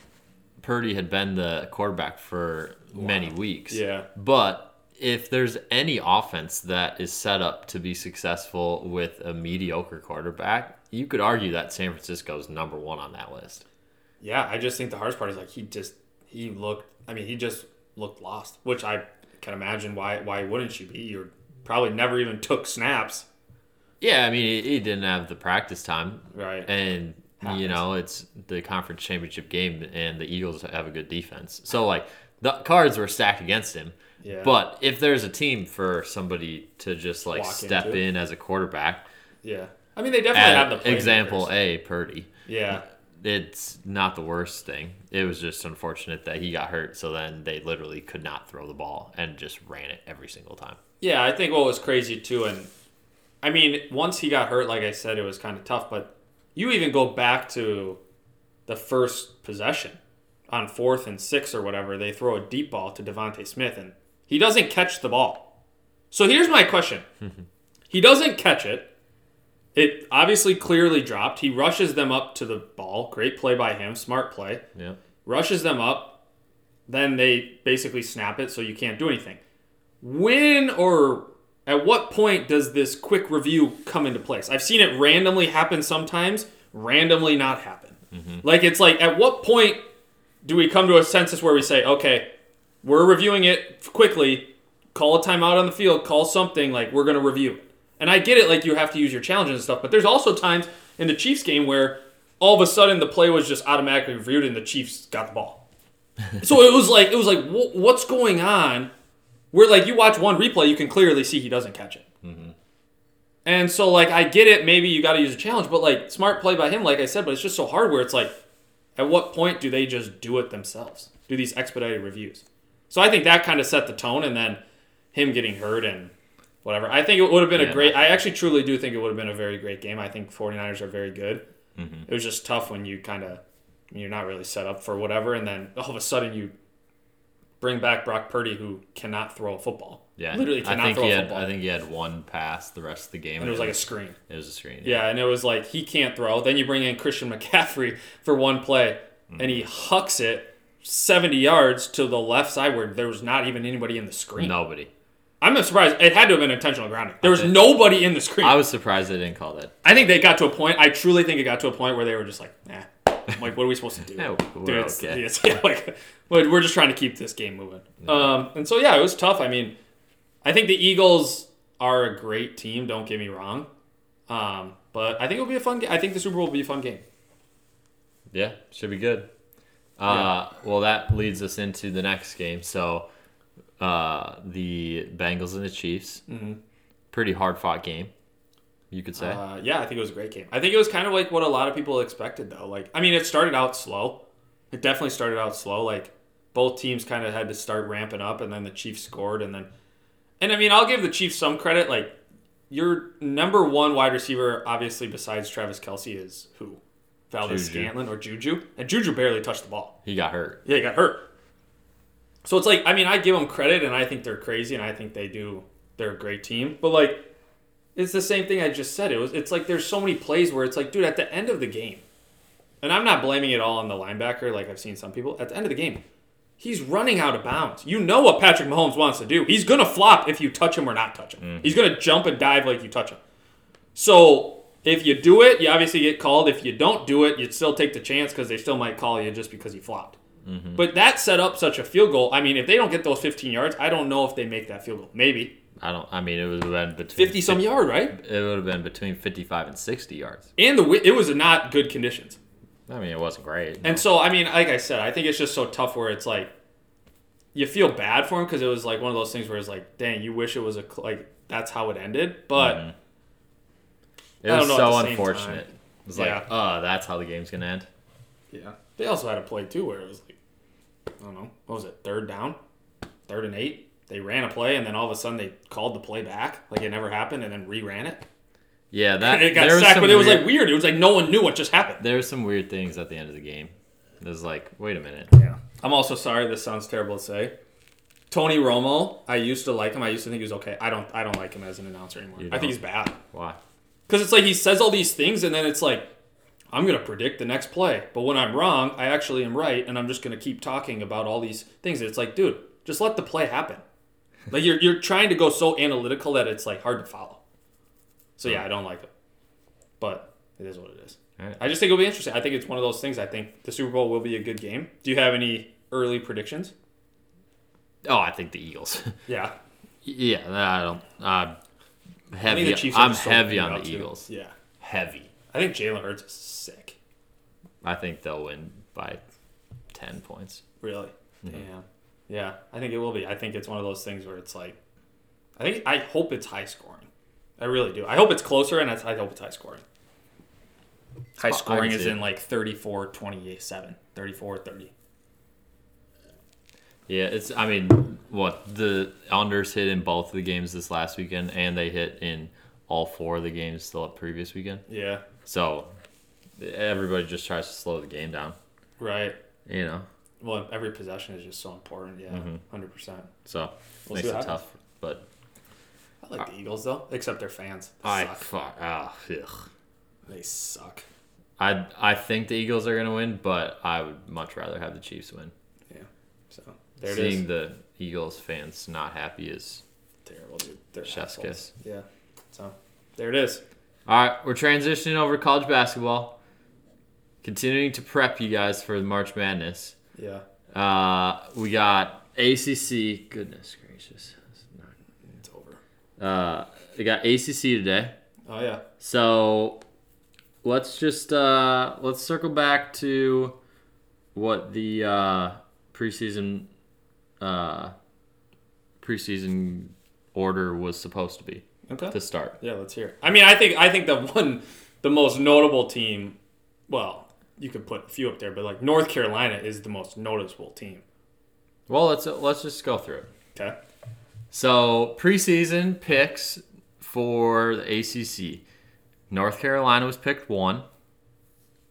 [SPEAKER 2] Purdy had been the quarterback for many weeks.
[SPEAKER 1] Yeah.
[SPEAKER 2] But if there's any offense that is set up to be successful with a mediocre quarterback, you could argue that San Francisco's number one on that list.
[SPEAKER 1] Yeah, I just think the hardest part is like he just he looked. I mean, he just looked lost, which I can imagine why. Why wouldn't you be? You're probably never even took snaps
[SPEAKER 2] Yeah, I mean, he, he didn't have the practice time,
[SPEAKER 1] Right.
[SPEAKER 2] and you
[SPEAKER 1] Happens.
[SPEAKER 2] know, it's the conference championship game, and the Eagles have a good defense. So like the cards were stacked against him.
[SPEAKER 1] Yeah.
[SPEAKER 2] But if there's a team for somebody to just like
[SPEAKER 1] Walk
[SPEAKER 2] step
[SPEAKER 1] into.
[SPEAKER 2] in as a quarterback,
[SPEAKER 1] yeah. I mean, they definitely have the
[SPEAKER 2] at
[SPEAKER 1] playmakers.
[SPEAKER 2] example A, Purdy,
[SPEAKER 1] Yeah.
[SPEAKER 2] it's not the worst thing. It was just unfortunate that he got hurt, so then they literally could not throw the ball and just ran it every single time.
[SPEAKER 1] Yeah, I think what was crazy too, and I mean, once he got hurt, like I said, it was kind of tough. But you even go back to the first possession on fourth and six or whatever, they throw a deep ball to Devontae Smith, and he doesn't catch the ball. So here's my question: He doesn't catch it. It obviously clearly dropped. He rushes them up to the ball. Great play by him. Smart play
[SPEAKER 2] Yeah.
[SPEAKER 1] rushes them up, then they basically snap it so you can't do anything. When or at what point does this quick review come into place? I've seen it randomly happen sometimes, randomly not happen. Like it's like at what point do we come to a census where we say, okay, we're reviewing it quickly, call a timeout on the field, call something, like we're gonna review it. And I get it, like you have to use your challenges and stuff, but there's also times in the Chiefs game where all of a sudden the play was just automatically reviewed and the Chiefs got the ball. so it was like it was like wh- what's going on? Where like you watch one replay, you can clearly see he doesn't catch it. And so like I get it, maybe you got to use a challenge, but like smart play by him, like I said, but it's just so hard where it's like, at what point do they just do it themselves? Do these expedited reviews? So I think that kind of set the tone, and then him getting hurt and whatever. I think it would have been
[SPEAKER 2] Yeah.
[SPEAKER 1] a great. I actually truly do think it would have been a very great game. I think 49ers are very good. It was just tough when you kind of you're not really set up for whatever, and then all of a sudden you bring back Brock Purdy, who cannot throw a football.
[SPEAKER 2] Yeah.
[SPEAKER 1] literally
[SPEAKER 2] I
[SPEAKER 1] cannot
[SPEAKER 2] think
[SPEAKER 1] throw
[SPEAKER 2] he
[SPEAKER 1] a
[SPEAKER 2] had
[SPEAKER 1] football.
[SPEAKER 2] I think he had one pass the rest of the game.
[SPEAKER 1] and it was like a screen.
[SPEAKER 2] a, it was a screen.
[SPEAKER 1] Yeah, and it was like he can't throw. Then you bring in Christian McCaffrey for one play, and he
[SPEAKER 2] Mm.
[SPEAKER 1] hucks it 70 yards to the left side where there was not even anybody in the screen.
[SPEAKER 2] Nobody.
[SPEAKER 1] I'm not surprised. It had to have been intentional grounding. There was
[SPEAKER 2] Okay.
[SPEAKER 1] nobody in the [LAUGHS] screen.
[SPEAKER 2] I
[SPEAKER 1] I,
[SPEAKER 2] was surprised they didn't call that.
[SPEAKER 1] think they got to a point. I truly think it got to a point where they were just like, nah. I'm like, what are we supposed to do?
[SPEAKER 2] Yeah, we're
[SPEAKER 1] Dude, it's-
[SPEAKER 2] okay.
[SPEAKER 1] it's- yeah, [LAUGHS] like, but we're just trying to keep this game moving. Um, and so, yeah, it was tough. I mean, I think the Eagles are a great team. Don't get me wrong. Um, but I think it'll be a fun game. I think the Super Bowl will be a fun game.
[SPEAKER 2] Yeah, should be good. Uh, Well, that leads us into the next game. So, uh, the Bengals and the Chiefs. Mm-hmm. Pretty hard fought game, you could say.
[SPEAKER 1] Uh, yeah, I think it was a great game. I think it was kind of like what a lot of people expected, though. Like, I mean, it started out slow. It definitely started out slow. Like, both teams kind of had to start ramping up, and then the Chiefs scored, and then, and I mean, I'll give the Chiefs some credit. Like, your number one wide receiver, obviously, besides Travis Kelsey, is who, Valdez
[SPEAKER 2] Juju.
[SPEAKER 1] Scantlin or Juju, and Juju barely touched the ball.
[SPEAKER 2] he got hurt.
[SPEAKER 1] Yeah, he got hurt. So it's like, I mean, I give them credit, and I think they're crazy, and I think they do. They're a great team, but like, it's the same thing I just said. It was, it's like there's so many plays where it's like, dude, at the end of the game, and I'm not blaming it all on the linebacker, like I've seen some people. At the end of the game, he's running out of bounds. You know what Patrick Mahomes wants to do. He's gonna flop if you touch him or not touch him. He's gonna jump and dive like you touch him. So if you do it, you obviously get called. If you don't do it, you'd still take the chance because they still might call you just because he flopped. Mm-hmm. But that set up such a field goal. I mean, if they don't get those 15 yards, I don't know if they make that field goal. Maybe
[SPEAKER 2] I don't. I mean, it would have been between
[SPEAKER 1] 50 some yard, right?
[SPEAKER 2] It would have been between fifty-five and sixty yards.
[SPEAKER 1] And the wi- it was not good conditions.
[SPEAKER 2] I mean, it wasn't great.
[SPEAKER 1] And so, I mean, like I said, I think it's just so tough where it's like you feel bad for him because it was like one of those things where it's like, dang, you wish it was a cl- like that's how it ended, but
[SPEAKER 2] it
[SPEAKER 1] I
[SPEAKER 2] was
[SPEAKER 1] don't know, at
[SPEAKER 2] so
[SPEAKER 1] the same
[SPEAKER 2] unfortunate.
[SPEAKER 1] time.
[SPEAKER 2] It was like,
[SPEAKER 1] Yeah.
[SPEAKER 2] oh, that's how the game's gonna end.
[SPEAKER 3] Yeah.
[SPEAKER 1] they also had a play too where it was like, I don't know, what was it, third down, third and eight. They ran a play and then all of a sudden they called the play back like it never happened and then re-ran it.
[SPEAKER 2] Yeah, that
[SPEAKER 1] And [LAUGHS] it got
[SPEAKER 2] Uh, there was
[SPEAKER 1] sacked,
[SPEAKER 2] some
[SPEAKER 1] but it was
[SPEAKER 2] weird-
[SPEAKER 1] like weird. It was like no one knew what just happened.
[SPEAKER 2] there were some weird things at the end of the game. It was like, wait a minute.
[SPEAKER 1] Yeah. I'm also sorry. This sounds terrible to say. Tony Romo, I used to like him. I used to think he was okay. I don't. I don't like him as an announcer anymore.
[SPEAKER 2] You
[SPEAKER 1] I think
[SPEAKER 2] don't?
[SPEAKER 1] he's bad.
[SPEAKER 2] Why?
[SPEAKER 1] Because it's like he says all these things, and then it's like, I'm gonna predict the next play, but when I'm wrong, I actually am right, and I'm just gonna keep talking about all these things. It's like, dude, just let the play happen. Like you're you're trying to go so analytical that it's like hard to follow. So yeah, I don't like it, but it is what it is.
[SPEAKER 2] All right.
[SPEAKER 1] I just think it'll be interesting. I think it's one of those things. I think the Super Bowl will be a good game. Do you have any early predictions?
[SPEAKER 2] Oh, I think the Eagles. [LAUGHS]
[SPEAKER 1] Yeah.
[SPEAKER 2] Yeah, I don't. Uh,
[SPEAKER 1] I think
[SPEAKER 2] heavy.
[SPEAKER 1] the Chiefs are
[SPEAKER 2] I'm
[SPEAKER 1] just so
[SPEAKER 2] heavy
[SPEAKER 1] beat
[SPEAKER 2] on
[SPEAKER 1] up,
[SPEAKER 2] the
[SPEAKER 1] too.
[SPEAKER 2] Eagles.
[SPEAKER 1] Yeah,
[SPEAKER 2] Heavy.
[SPEAKER 1] I think Jalen Hurts is sick.
[SPEAKER 2] I think they'll win by ten points.
[SPEAKER 1] Really? Damn. Yeah, I think it will be. I think it's one of those things where it's like, I think I hope it's high scoring. I really do. I hope it's closer, and I I hope it's high scoring. High
[SPEAKER 2] I can
[SPEAKER 1] scoring is
[SPEAKER 2] see
[SPEAKER 1] in
[SPEAKER 2] it.
[SPEAKER 1] like 34 27, 34 30.
[SPEAKER 2] Yeah, it's. I mean, what the unders hit in both of the games this last weekend, and they hit in all four of the games still up previous weekend.
[SPEAKER 1] Yeah,
[SPEAKER 2] So everybody just tries to slow the game down.
[SPEAKER 1] right.
[SPEAKER 2] You know,
[SPEAKER 1] Well, every possession is just so important. Yeah, 100%.
[SPEAKER 2] so
[SPEAKER 1] We'll see
[SPEAKER 2] makes it
[SPEAKER 1] what happens.
[SPEAKER 2] tough. But
[SPEAKER 1] I like the Eagles, though, except their fans. They
[SPEAKER 2] I
[SPEAKER 1] suck.
[SPEAKER 2] fuck. ah, ugh.
[SPEAKER 1] They suck.
[SPEAKER 2] I I think the Eagles are gonna win, but I would much rather have the Chiefs win.
[SPEAKER 1] Yeah. So there it is.
[SPEAKER 2] Seeing the Eagles fans not happy is
[SPEAKER 1] Terrible, dude. They're
[SPEAKER 2] Chef's
[SPEAKER 1] assholes.
[SPEAKER 2] kiss.
[SPEAKER 1] Yeah. So there it is.
[SPEAKER 2] all right. We're transitioning over to college basketball. Continuing to prep you guys for March Madness.
[SPEAKER 1] Yeah.
[SPEAKER 2] Uh, we got ACC. Goodness gracious.
[SPEAKER 1] It's over.
[SPEAKER 2] Uh, we got ACC today.
[SPEAKER 1] Oh, yeah.
[SPEAKER 2] So let's just uh, let's circle back to what the uh, preseason uh, preseason order was supposed to be
[SPEAKER 1] Okay.
[SPEAKER 2] to start.
[SPEAKER 1] Yeah, let's hear. It. I mean, I think I think the one, the most notable team. Well, you could put a few up there, but like North Carolina is the most noticeable team.
[SPEAKER 2] Well, let's let's just go through it.
[SPEAKER 1] Okay.
[SPEAKER 2] So preseason picks for the ACC. North Carolina was picked one,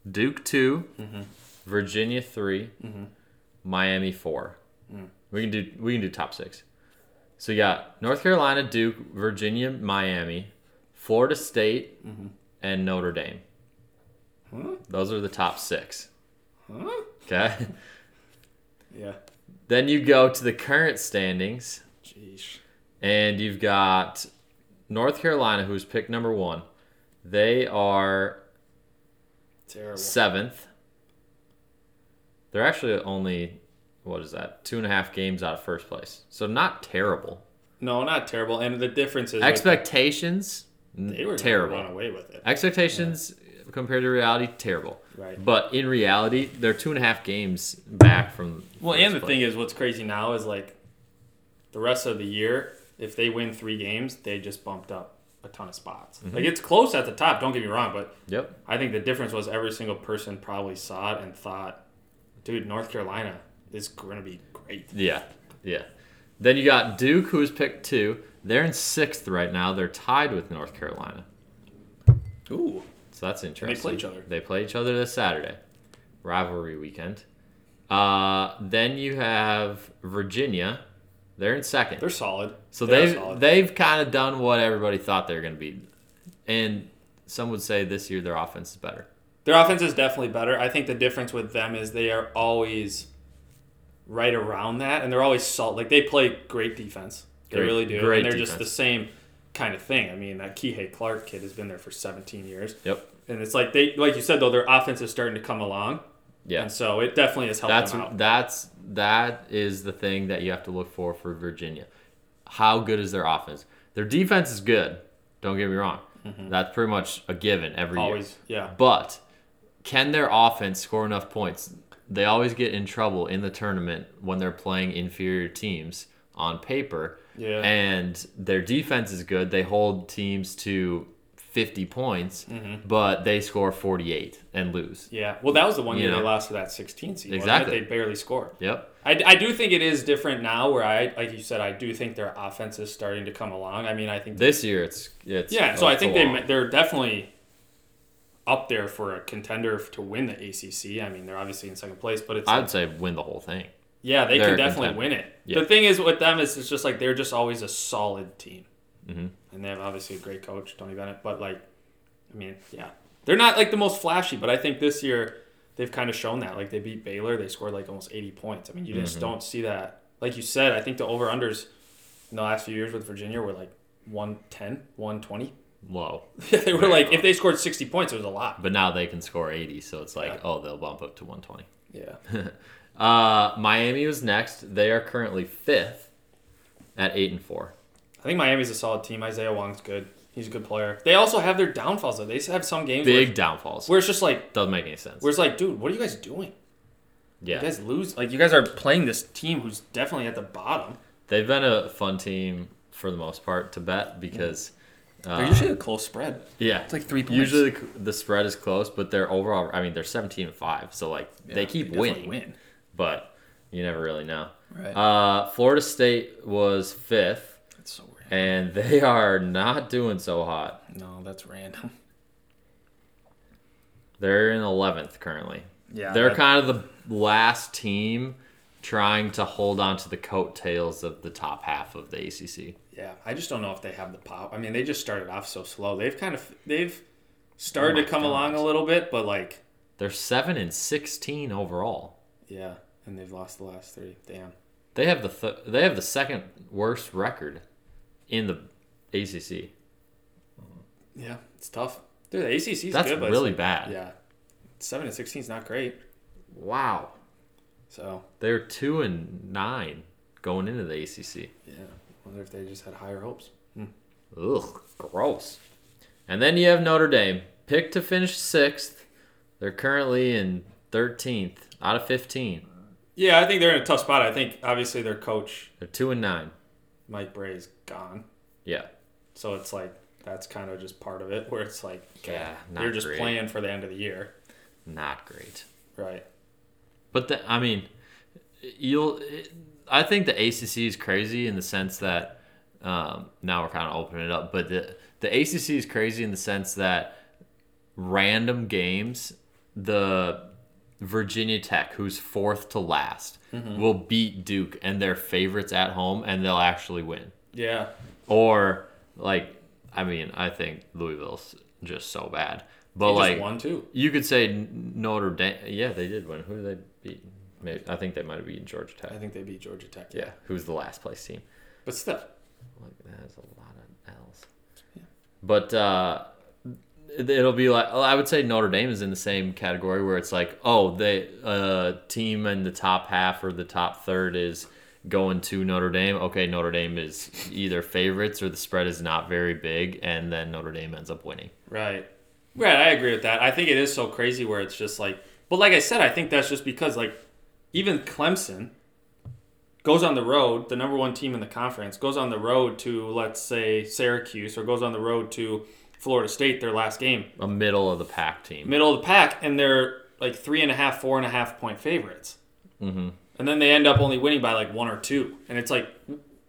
[SPEAKER 2] Duke 2 Virginia 3 Miami four. We can do we can do top six. So you got North Carolina, Duke, Virginia, Miami, Florida State, and Notre Dame.
[SPEAKER 1] Huh?
[SPEAKER 2] Those are the top six.
[SPEAKER 1] Huh?
[SPEAKER 2] Okay. [LAUGHS]
[SPEAKER 1] Yeah.
[SPEAKER 2] then you go to the current standings.
[SPEAKER 1] Jeez.
[SPEAKER 2] And you've got North Carolina, who's picked number one. They are
[SPEAKER 1] Terrible.
[SPEAKER 2] seventh. They're actually only, what is that, two and a half games out of first place. So not terrible.
[SPEAKER 1] No, not terrible. And the difference is like,
[SPEAKER 2] Expectations,
[SPEAKER 1] they were gonna Run
[SPEAKER 2] terrible.
[SPEAKER 1] away with it.
[SPEAKER 2] Expectations compared to reality, terrible.
[SPEAKER 1] Right.
[SPEAKER 2] But in reality, they're two and a half games back from.
[SPEAKER 1] Well,
[SPEAKER 2] first
[SPEAKER 1] and the
[SPEAKER 2] place.
[SPEAKER 1] thing is, what's crazy now is like the rest of the year, if they win three games, they just bumped up a ton of spots. Like it's close at the top. Don't get me wrong, but
[SPEAKER 2] Yep.
[SPEAKER 1] I think the difference was every single person probably saw it and thought, dude, North Carolina is going to be great.
[SPEAKER 2] Yeah, yeah. Then you got Duke, who's picked two. They're in sixth right now. They're tied with North Carolina.
[SPEAKER 1] Ooh.
[SPEAKER 2] So that's interesting.
[SPEAKER 1] play each other.
[SPEAKER 2] They play each other this Saturday, rivalry weekend. Uh, then you have Virginia. They're in 2nd
[SPEAKER 1] They're solid.
[SPEAKER 2] so
[SPEAKER 1] They are
[SPEAKER 2] they've they've kind of done what everybody thought they were going to be, and some would say this year their offense is better.
[SPEAKER 1] Their offense is definitely better. I think the difference with them is they are always right around that, and they're always solid. Like they play great defense. They
[SPEAKER 2] Great-
[SPEAKER 1] really do.
[SPEAKER 2] great
[SPEAKER 1] and they're just the
[SPEAKER 2] defense.
[SPEAKER 1] same kind of thing. I mean, that Kihei Clark kid has been there for 17 years.
[SPEAKER 2] Yep.
[SPEAKER 1] And it's like they, like you said though, their offense is starting to come along,
[SPEAKER 2] Yeah.
[SPEAKER 1] and so it definitely has helped
[SPEAKER 2] That's
[SPEAKER 1] them out.
[SPEAKER 2] that's that is the thing that you have to look for for Virginia. How good is their offense? Their defense is good. Don't get me wrong. That's pretty much a given every year.
[SPEAKER 1] Mm-hmm. Always, yeah.
[SPEAKER 2] But can their offense score enough points? They always get in trouble in the tournament when they're playing inferior teams on paper.
[SPEAKER 1] Yeah.
[SPEAKER 2] And their defense is good. They hold teams to 50 points,
[SPEAKER 1] Mm-hmm.
[SPEAKER 2] but they score 48 and lose.
[SPEAKER 1] Yeah. Well, that was the one
[SPEAKER 2] You
[SPEAKER 1] year they
[SPEAKER 2] know.
[SPEAKER 1] lost to that 16 seed. wasn't it?
[SPEAKER 2] Exactly.
[SPEAKER 1] They barely scored.
[SPEAKER 2] Yep.
[SPEAKER 1] I, I do think it is different now where I, like you said, I do think their offense is starting to come along. I mean, I think.
[SPEAKER 2] This year it's it's
[SPEAKER 1] yeah. So I
[SPEAKER 2] it's a
[SPEAKER 1] think they,
[SPEAKER 2] lot.
[SPEAKER 1] ma- they're definitely up there for a contender to win the ACC. I mean, they're obviously in second place, but it's.
[SPEAKER 2] I'd say win the whole thing.
[SPEAKER 1] yeah, they
[SPEAKER 2] they're
[SPEAKER 1] can
[SPEAKER 2] a
[SPEAKER 1] definitely
[SPEAKER 2] contender.
[SPEAKER 1] win it.
[SPEAKER 2] Yeah.
[SPEAKER 1] The thing is with them is it's just like they're just always a solid team. Mm-hmm. And they have obviously a great coach, Tony Bennett. But, like, I mean, yeah. They're not like the most flashy, but I think this year they've kind of shown that. Like they beat Baylor, they scored like almost 80 points. I mean, you just don't see that. Like you said, I think the over unders in the last few years with Virginia were like 110, 120.
[SPEAKER 2] Low,
[SPEAKER 1] [LAUGHS] they were like, if they scored 60 points, it was a lot.
[SPEAKER 2] but now they can score 80, so it's like oh they'll bump up to 120.
[SPEAKER 1] Yeah.
[SPEAKER 2] Uh, Miami was next. They are currently fifth at eight and four.
[SPEAKER 1] I think Miami's a solid team. Isaiah Wong's good. He's a good player. They also have their downfalls though. They have some games where,
[SPEAKER 2] Big downfalls.
[SPEAKER 1] where it's just like
[SPEAKER 2] Doesn't make any sense.
[SPEAKER 1] where it's like, dude, what are you guys doing?
[SPEAKER 2] yeah.
[SPEAKER 1] You guys lose. Like you guys are playing this team who's definitely at the bottom.
[SPEAKER 2] They've been a fun team for the most part to bet because uh,
[SPEAKER 3] They're usually a close spread.
[SPEAKER 2] yeah,
[SPEAKER 3] It's like three points.
[SPEAKER 2] usually the, the spread is close, but their overall, I mean, they're 17 and 5, so like
[SPEAKER 3] Yeah,
[SPEAKER 2] they keep
[SPEAKER 3] definitely
[SPEAKER 2] winning,
[SPEAKER 3] Win.
[SPEAKER 2] but you never really know.
[SPEAKER 3] Right.
[SPEAKER 2] Uh, Florida State was fifth,
[SPEAKER 3] that's so weird.
[SPEAKER 2] and [LAUGHS] they are not doing so hot.
[SPEAKER 3] No, that's random.
[SPEAKER 2] They're in 11th currently.
[SPEAKER 3] Yeah,
[SPEAKER 2] They're
[SPEAKER 3] that-
[SPEAKER 2] kind of the last team trying to hold on to the coattails of the top half of the ACC.
[SPEAKER 1] Yeah, I just don't know if they have the power. I mean, they just started off so slow. They've kind of they've started
[SPEAKER 2] Oh my
[SPEAKER 1] to come
[SPEAKER 2] God.
[SPEAKER 1] along a little bit, but like
[SPEAKER 2] They're 7 and 16 overall.
[SPEAKER 1] yeah, and they've lost the last three. Damn.
[SPEAKER 2] They have the th- they have the second worst record in the ACC.
[SPEAKER 1] Yeah, it's tough. Dude, the ACC's
[SPEAKER 2] That's
[SPEAKER 1] good, but
[SPEAKER 2] really
[SPEAKER 1] it's,
[SPEAKER 2] bad.
[SPEAKER 1] yeah, seven and sixteen is not great.
[SPEAKER 2] Wow.
[SPEAKER 1] So
[SPEAKER 2] They're two and nine going into the ACC.
[SPEAKER 1] yeah, wonder if they just had higher hopes.
[SPEAKER 2] Ugh, gross. And then you have Notre Dame, picked to finish sixth. They're currently in thirteenth out of fifteen.
[SPEAKER 1] Yeah, I think they're in a tough spot. I think obviously their coach
[SPEAKER 2] They're two and nine.
[SPEAKER 1] Mike Bray is gone,
[SPEAKER 2] Yeah.
[SPEAKER 1] so it's like that's kind of just part of it. Where it's like
[SPEAKER 2] Yeah, not
[SPEAKER 1] you're just
[SPEAKER 2] great.
[SPEAKER 1] playing for the end of the year,
[SPEAKER 2] Not great.
[SPEAKER 1] right?
[SPEAKER 2] But the, I mean, you'll. I think the ACC is crazy in the sense that um, now we're kind of opening it up, but the the ACC is crazy in the sense that random games, the Virginia Tech, who's fourth to last,
[SPEAKER 1] Mm-hmm.
[SPEAKER 2] will beat Duke and their favorites at home, and they'll actually win.
[SPEAKER 1] Yeah,
[SPEAKER 2] Or like, I mean, I think Louisville's just so bad, but
[SPEAKER 1] They
[SPEAKER 2] like
[SPEAKER 1] just won too.
[SPEAKER 2] you could say N- Notre Dame. Yeah, they did win. Who did they beat? Maybe, I think they might have beaten Georgia Tech.
[SPEAKER 1] I think they beat Georgia Tech.
[SPEAKER 2] Yeah, who's the last place team?
[SPEAKER 1] but still,
[SPEAKER 2] Like that is a lot of L's. But uh, it- it'll be like well, I would say Notre Dame is in the same category where it's like, oh, they uh, team in the top half or the top third is going to Notre Dame. Okay, Notre Dame is either favorites or the spread is not very big, and then Notre Dame ends up winning.
[SPEAKER 1] Right. Right, I agree with that. I think it is so crazy where it's just like but like I said, I think that's just because like even Clemson goes on the road, the number one team in the conference, goes on the road to let's say Syracuse or goes on the road to Florida State, their last game,
[SPEAKER 2] A middle of the pack team.
[SPEAKER 1] middle of the pack, and they're like three and a half, four and a half point favorites. Mm-hmm. And then they end up only winning by like one or two. And it's like,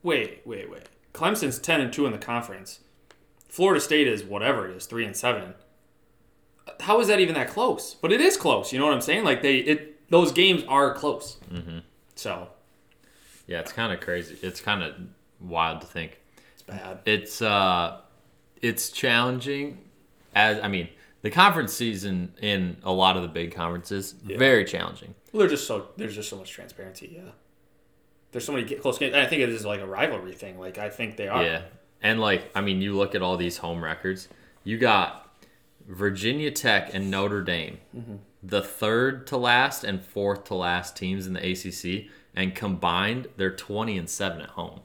[SPEAKER 1] wait, wait, wait. Clemson's 10 and 2 in the conference. Florida State is whatever it is, 3 and 7. How is that even that close? But it is close. You know what I'm saying? Like they it those games are close. Mm-hmm. So,
[SPEAKER 2] Yeah, it's kind of crazy. It's kind of wild to think.
[SPEAKER 1] it's bad.
[SPEAKER 2] It's uh, it's challenging. As I mean, the conference season in a lot of the big conferences very challenging.
[SPEAKER 1] Well, they're just so there's just so much transparency, yeah. There's so many ga- close games. And I think it is like a rivalry thing. Like I think they are.
[SPEAKER 2] Yeah, and like I mean, you look at all these home records. You got Virginia Tech and Notre Dame, the third to last and fourth to last teams in the ACC, and combined they're twenty and seven at home.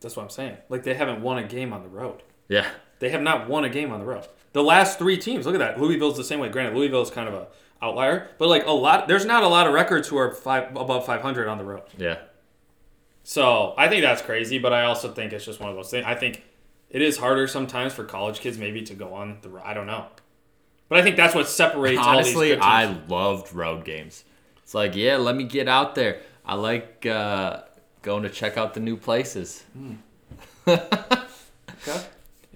[SPEAKER 1] That's what I'm saying. Like they haven't won a game on the road.
[SPEAKER 2] Yeah,
[SPEAKER 1] They have not won a game on the road. The last three teams, look at that. Louisville's the same way. Granted, Louisville's kind of a outlier, but like a lot, there's not a lot of records who are five above 500 on the road.
[SPEAKER 2] yeah.
[SPEAKER 1] So I think that's crazy, but I also think it's just one of those things. I think it is harder sometimes for college kids maybe to go on the. ro- I don't know, but I think that's what separates. all these
[SPEAKER 2] Honestly,
[SPEAKER 1] good teams.
[SPEAKER 2] I loved road games. It's like, yeah, let me get out there. I like uh, going to check out the new places.
[SPEAKER 1] Okay.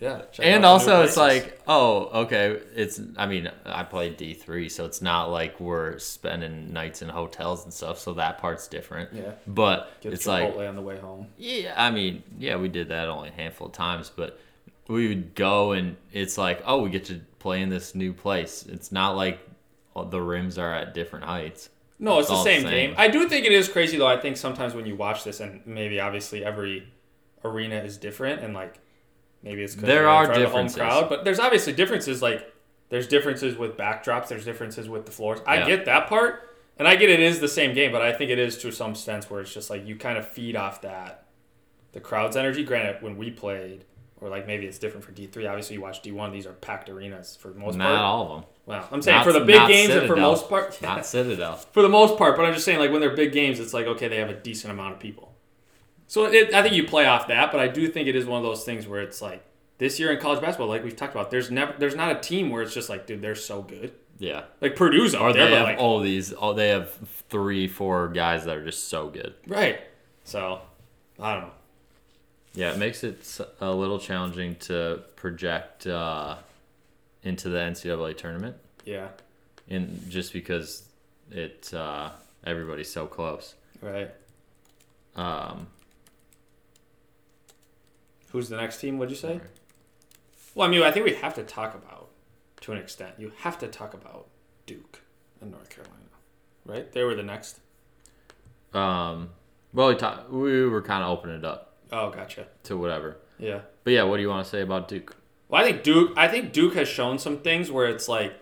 [SPEAKER 1] yeah, check out
[SPEAKER 2] and
[SPEAKER 1] the new
[SPEAKER 2] also, it's
[SPEAKER 1] places.
[SPEAKER 2] like, oh, okay. It's, I mean, I play D3, so it's not like we're spending nights in hotels and stuff. So that part's different.
[SPEAKER 1] Yeah.
[SPEAKER 2] But
[SPEAKER 1] Get
[SPEAKER 2] it's
[SPEAKER 1] Chipotle
[SPEAKER 2] like,
[SPEAKER 1] on the way home.
[SPEAKER 2] yeah, I mean, yeah, we did that only a handful of times, but we would go and it's like, oh, we get to play in this new place. It's not like the rims are at different heights.
[SPEAKER 1] No, it's,
[SPEAKER 2] all
[SPEAKER 1] the
[SPEAKER 2] the
[SPEAKER 1] same,
[SPEAKER 2] same.
[SPEAKER 1] game. I do think it is crazy though. I think sometimes when you watch this, and maybe obviously every arena is different, and like maybe it's 'cause
[SPEAKER 2] There
[SPEAKER 1] you're in
[SPEAKER 2] are
[SPEAKER 1] front of the
[SPEAKER 2] differences.
[SPEAKER 1] home crowd, but there's obviously differences. Like there's differences with backdrops, there's differences with the floors. I
[SPEAKER 2] Yeah.
[SPEAKER 1] get that part, and I get it is the same game, but I think it is to some sense where it's just like you kind of feed off that the crowd's energy. Granted, when we played or like maybe it's different for D three. Obviously, you watch D one; these are packed arenas for the most
[SPEAKER 2] Not
[SPEAKER 1] part.
[SPEAKER 2] all of them.
[SPEAKER 1] Wow, I'm saying
[SPEAKER 2] Not-
[SPEAKER 1] for the big
[SPEAKER 2] not
[SPEAKER 1] games and for
[SPEAKER 2] Citadel.
[SPEAKER 1] most
[SPEAKER 2] [LAUGHS]
[SPEAKER 1] part, [LAUGHS]
[SPEAKER 2] Not Citadel.
[SPEAKER 1] for the most part. But I'm just saying, like when they're big games, it's like okay, they have a decent amount of people. So it, I think you play off that, but I do think it is one of those things where it's like this year in college basketball, like we've talked about, there's never there's not a team where it's just like, dude, they're so good.
[SPEAKER 2] Yeah.
[SPEAKER 1] Like Purdue's up
[SPEAKER 2] Or
[SPEAKER 1] there,
[SPEAKER 2] they
[SPEAKER 1] but
[SPEAKER 2] have
[SPEAKER 1] like
[SPEAKER 2] all these. All they have three, four guys that are just so good.
[SPEAKER 1] right. So I don't know.
[SPEAKER 2] Yeah, it makes it s- a little challenging to project uh, into the NCAA tournament,
[SPEAKER 1] Yeah.
[SPEAKER 2] in just because it uh, everybody's so close.
[SPEAKER 1] Right.
[SPEAKER 2] Um,
[SPEAKER 1] Who's the next team? Would you say? Well, I mean, I think we have to talk about, to an extent, you have to talk about Duke and North Carolina, right? They were the next.
[SPEAKER 2] um, well, we, talk, we were kind of opening it up
[SPEAKER 1] Oh, gotcha.
[SPEAKER 2] to whatever.
[SPEAKER 1] Yeah.
[SPEAKER 2] But yeah, what do you want to say about Duke?
[SPEAKER 1] Well, I think Duke. I think Duke has shown some things where it's like,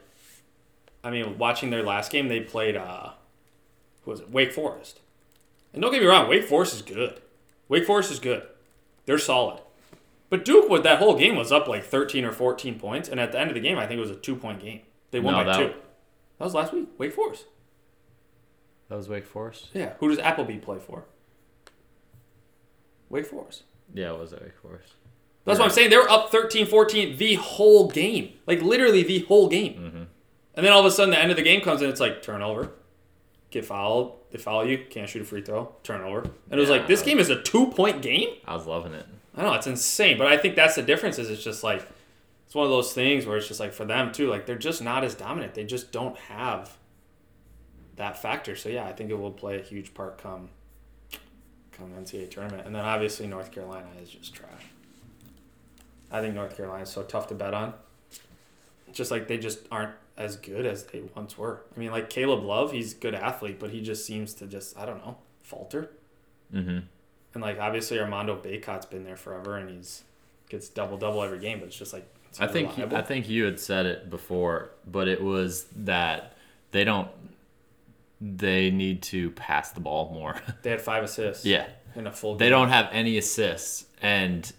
[SPEAKER 1] I mean, watching their last game, they played uh, who was it? Wake Forest. And don't get me wrong, Wake Forest is good. Wake Forest is good. They're solid. But Duke, with that whole game, was up like thirteen or fourteen points, and at the end of the game, I think it was a two-point game. They won
[SPEAKER 2] No,
[SPEAKER 1] by
[SPEAKER 2] that-
[SPEAKER 1] two. That was last week. Wake Forest.
[SPEAKER 2] That was Wake Forest.
[SPEAKER 1] Yeah. Who does Appleby play for? Wake Forest.
[SPEAKER 2] Yeah, it was at Wake Forest.
[SPEAKER 1] That's what I'm saying. They were up 13 14 the whole game. Like literally the whole game. And then all of a sudden, the end of the game comes and it's like turnover, get fouled. They foul you, can't shoot a free throw, turnover. And it was like, this game is a two point game?
[SPEAKER 2] I was loving it.
[SPEAKER 1] I know, it's insane. But I think that's the difference is it's just like, it's one of those things where it's just like for them too, like they're just not as dominant. They just don't have that factor. So yeah, I think it will play a huge part come come NCAA tournament. And then obviously North Carolina is just trash. I think North Carolina is so tough to bet on. Just like they just aren't as good as they once were. I mean, like Caleb Love, he's a good athlete, but he just seems to just I don't know falter.
[SPEAKER 2] Mm-hmm.
[SPEAKER 1] And like obviously Armando Baycott's been there forever and he's gets double double every game, but it's just like it's
[SPEAKER 2] I think
[SPEAKER 1] unreliable.
[SPEAKER 2] I think you had said it before, but it was that they don't. They need to pass the ball more. [LAUGHS]
[SPEAKER 1] they had five assists.
[SPEAKER 2] yeah,
[SPEAKER 1] in a full.
[SPEAKER 2] they
[SPEAKER 1] game.
[SPEAKER 2] don't have any assists, and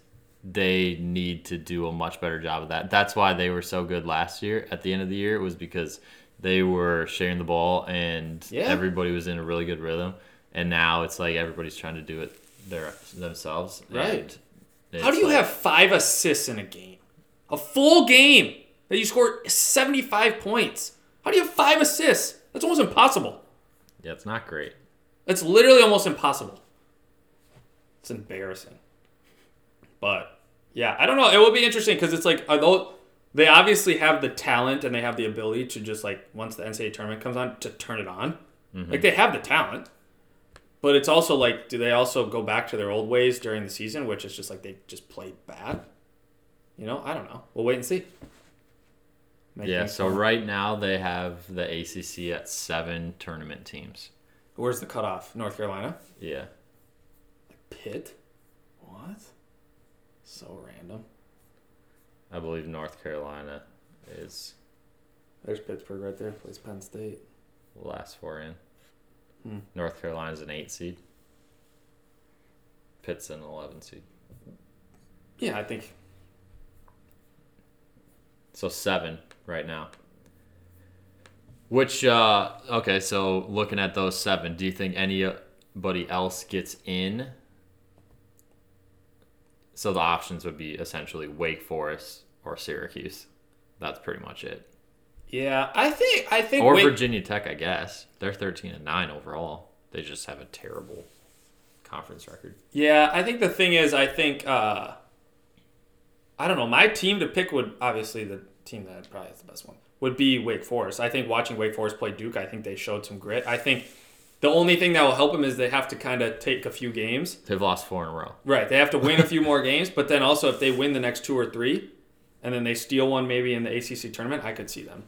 [SPEAKER 2] they need to do a much better job of that. That's why they were so good last year. At the end of the year, it was because they were sharing the ball, and
[SPEAKER 1] Yeah.
[SPEAKER 2] everybody was in a really good rhythm. And now it's like everybody's trying to do it their themselves.
[SPEAKER 1] Right.
[SPEAKER 2] and
[SPEAKER 1] How do
[SPEAKER 2] it's
[SPEAKER 1] you
[SPEAKER 2] like-
[SPEAKER 1] have five assists in a game, a full game that you scored seventy five points? How do you have five assists? That's almost impossible.
[SPEAKER 2] Yeah, it's not great.
[SPEAKER 1] That's literally almost impossible. It's embarrassing. But yeah, I don't know. It will be interesting because it's like are those, they obviously have the talent and they have the ability to just like once the NCAA tournament comes on to turn it on.
[SPEAKER 2] Mm-hmm.
[SPEAKER 1] Like they have the talent. But it's also like, do they also go back to their old ways during the season, which is just like they just played bad? You know, I don't know. We'll wait and see. Make
[SPEAKER 2] Yeah,
[SPEAKER 1] things
[SPEAKER 2] so
[SPEAKER 1] fun.
[SPEAKER 2] right now they have the ACC at seven tournament teams.
[SPEAKER 1] where's the cutoff? North Carolina?
[SPEAKER 2] Yeah.
[SPEAKER 1] Pitt? What? So random.
[SPEAKER 2] I believe North Carolina is
[SPEAKER 1] There's Pittsburgh right there. Plays Penn State.
[SPEAKER 2] the last four in.
[SPEAKER 1] Hmm.
[SPEAKER 2] North Carolina's an eight seed. Pitt's an 11 seed.
[SPEAKER 1] Yeah, I think.
[SPEAKER 2] So seven right now. Which, uh, okay, so looking at those seven, do you think anybody else gets in? So the options would be essentially Wake Forest or Syracuse. That's pretty much it.
[SPEAKER 1] Yeah, I think. I think.
[SPEAKER 2] Or
[SPEAKER 1] Wake-
[SPEAKER 2] Virginia Tech, I guess. They're 13 and 9 overall. They just have a terrible conference record.
[SPEAKER 1] yeah, I think the thing is, I think. uh I don't know. My team to pick would obviously the team that probably is the best one would be Wake Forest. I think watching Wake Forest play Duke, I think they showed some grit. I think the only thing that will help them is they have to kind of take a few games
[SPEAKER 2] They've lost four in a row.
[SPEAKER 1] Right. They have to win a few more games, but then also if they win the next two or three, and then they steal one maybe in the ACC tournament, I could see them.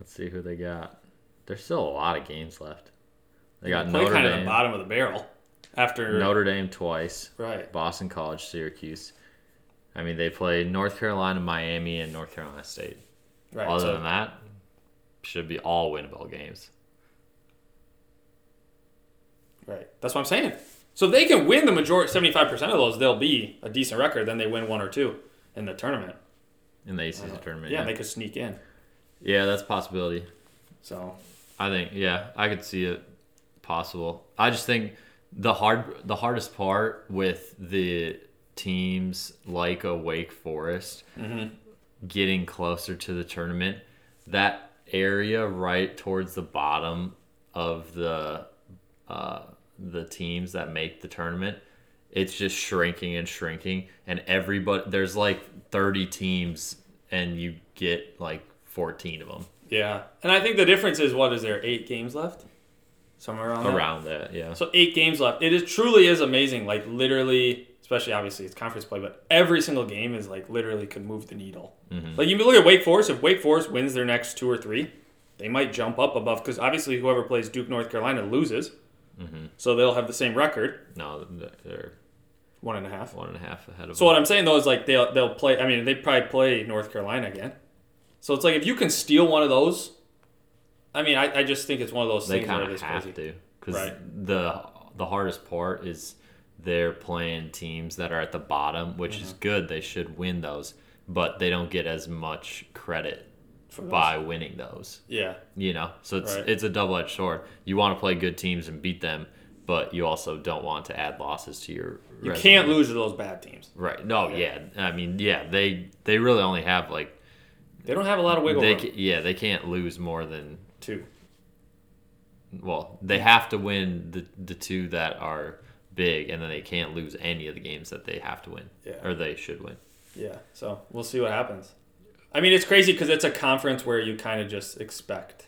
[SPEAKER 2] Let's see who they got. There's still a lot of games left. They got
[SPEAKER 1] Play
[SPEAKER 2] Notre
[SPEAKER 1] kind of the
[SPEAKER 2] Dame,
[SPEAKER 1] bottom of the barrel after.
[SPEAKER 2] Notre Dame twice,
[SPEAKER 1] Right.
[SPEAKER 2] Boston College, Syracuse. I mean, they play North Carolina, Miami, and North Carolina State.
[SPEAKER 1] Right.
[SPEAKER 2] Other
[SPEAKER 1] so-
[SPEAKER 2] than that, should be all winnable games.
[SPEAKER 1] right. That's what I'm saying. So if they can win the majority, 75% of those, they'll be a decent record. Then they win one or two. in the tournament.
[SPEAKER 2] in the ACC tournament.
[SPEAKER 1] Uh, yeah,
[SPEAKER 2] Yeah,
[SPEAKER 1] they could sneak in.
[SPEAKER 2] yeah, that's a possibility.
[SPEAKER 1] So
[SPEAKER 2] I think yeah, I could see it possible. I just think the hard the hardest part with the teams like a Wake Forest getting closer to the tournament, that area right towards the bottom of the uh, the teams that make the tournament, it's just shrinking and shrinking, and everybody there's like thirty teams, and you get like fourteen of them
[SPEAKER 1] yeah, and I think the difference is what is there eight games left, somewhere around that?
[SPEAKER 2] around that. Yeah.
[SPEAKER 1] So eight games left. It is truly is amazing. Like literally, especially obviously it's conference play, but every single game is like literally could move the needle.
[SPEAKER 2] Mm-hmm.
[SPEAKER 1] Like you look at Wake Forest. If Wake Forest wins their next two or three, they might jump up above because obviously whoever plays Duke North Carolina loses,
[SPEAKER 2] Mm-hmm.
[SPEAKER 1] so they'll have the same record,
[SPEAKER 2] No, th- they're
[SPEAKER 1] one and a half.
[SPEAKER 2] one and a half ahead of.
[SPEAKER 1] So what I'm saying though is like they'll they'll play. I mean they probably play North Carolina again. So it's like if you can steal one of those, I mean I, I just think it's one of those
[SPEAKER 2] they
[SPEAKER 1] things where
[SPEAKER 2] kind
[SPEAKER 1] it
[SPEAKER 2] of
[SPEAKER 1] is
[SPEAKER 2] have
[SPEAKER 1] crazy.
[SPEAKER 2] to because
[SPEAKER 1] Right.
[SPEAKER 2] the the hardest part is they're playing teams that are at the bottom, which
[SPEAKER 1] Mm-hmm.
[SPEAKER 2] is good. They should win those, but they don't get as much credit
[SPEAKER 1] For those.
[SPEAKER 2] by winning those.
[SPEAKER 1] Yeah,
[SPEAKER 2] You know, so it's
[SPEAKER 1] Right.
[SPEAKER 2] it's a double edged sword. You want to play good teams and beat them, but you also don't want to add losses to your.
[SPEAKER 1] you
[SPEAKER 2] resume.
[SPEAKER 1] can't lose to those bad teams.
[SPEAKER 2] Right? No. Yeah. I mean, yeah. They they really only have like
[SPEAKER 1] They don't have a lot of wiggle
[SPEAKER 2] they
[SPEAKER 1] room.
[SPEAKER 2] ca- yeah they can't lose more than
[SPEAKER 1] too.
[SPEAKER 2] well, they have to win the the two that are big, and then they can't lose any of the games that they have to win
[SPEAKER 1] Yeah.
[SPEAKER 2] or they should win.
[SPEAKER 1] Yeah. So we'll see what happens. I mean, it's crazy because it's a conference where you kind of just expect,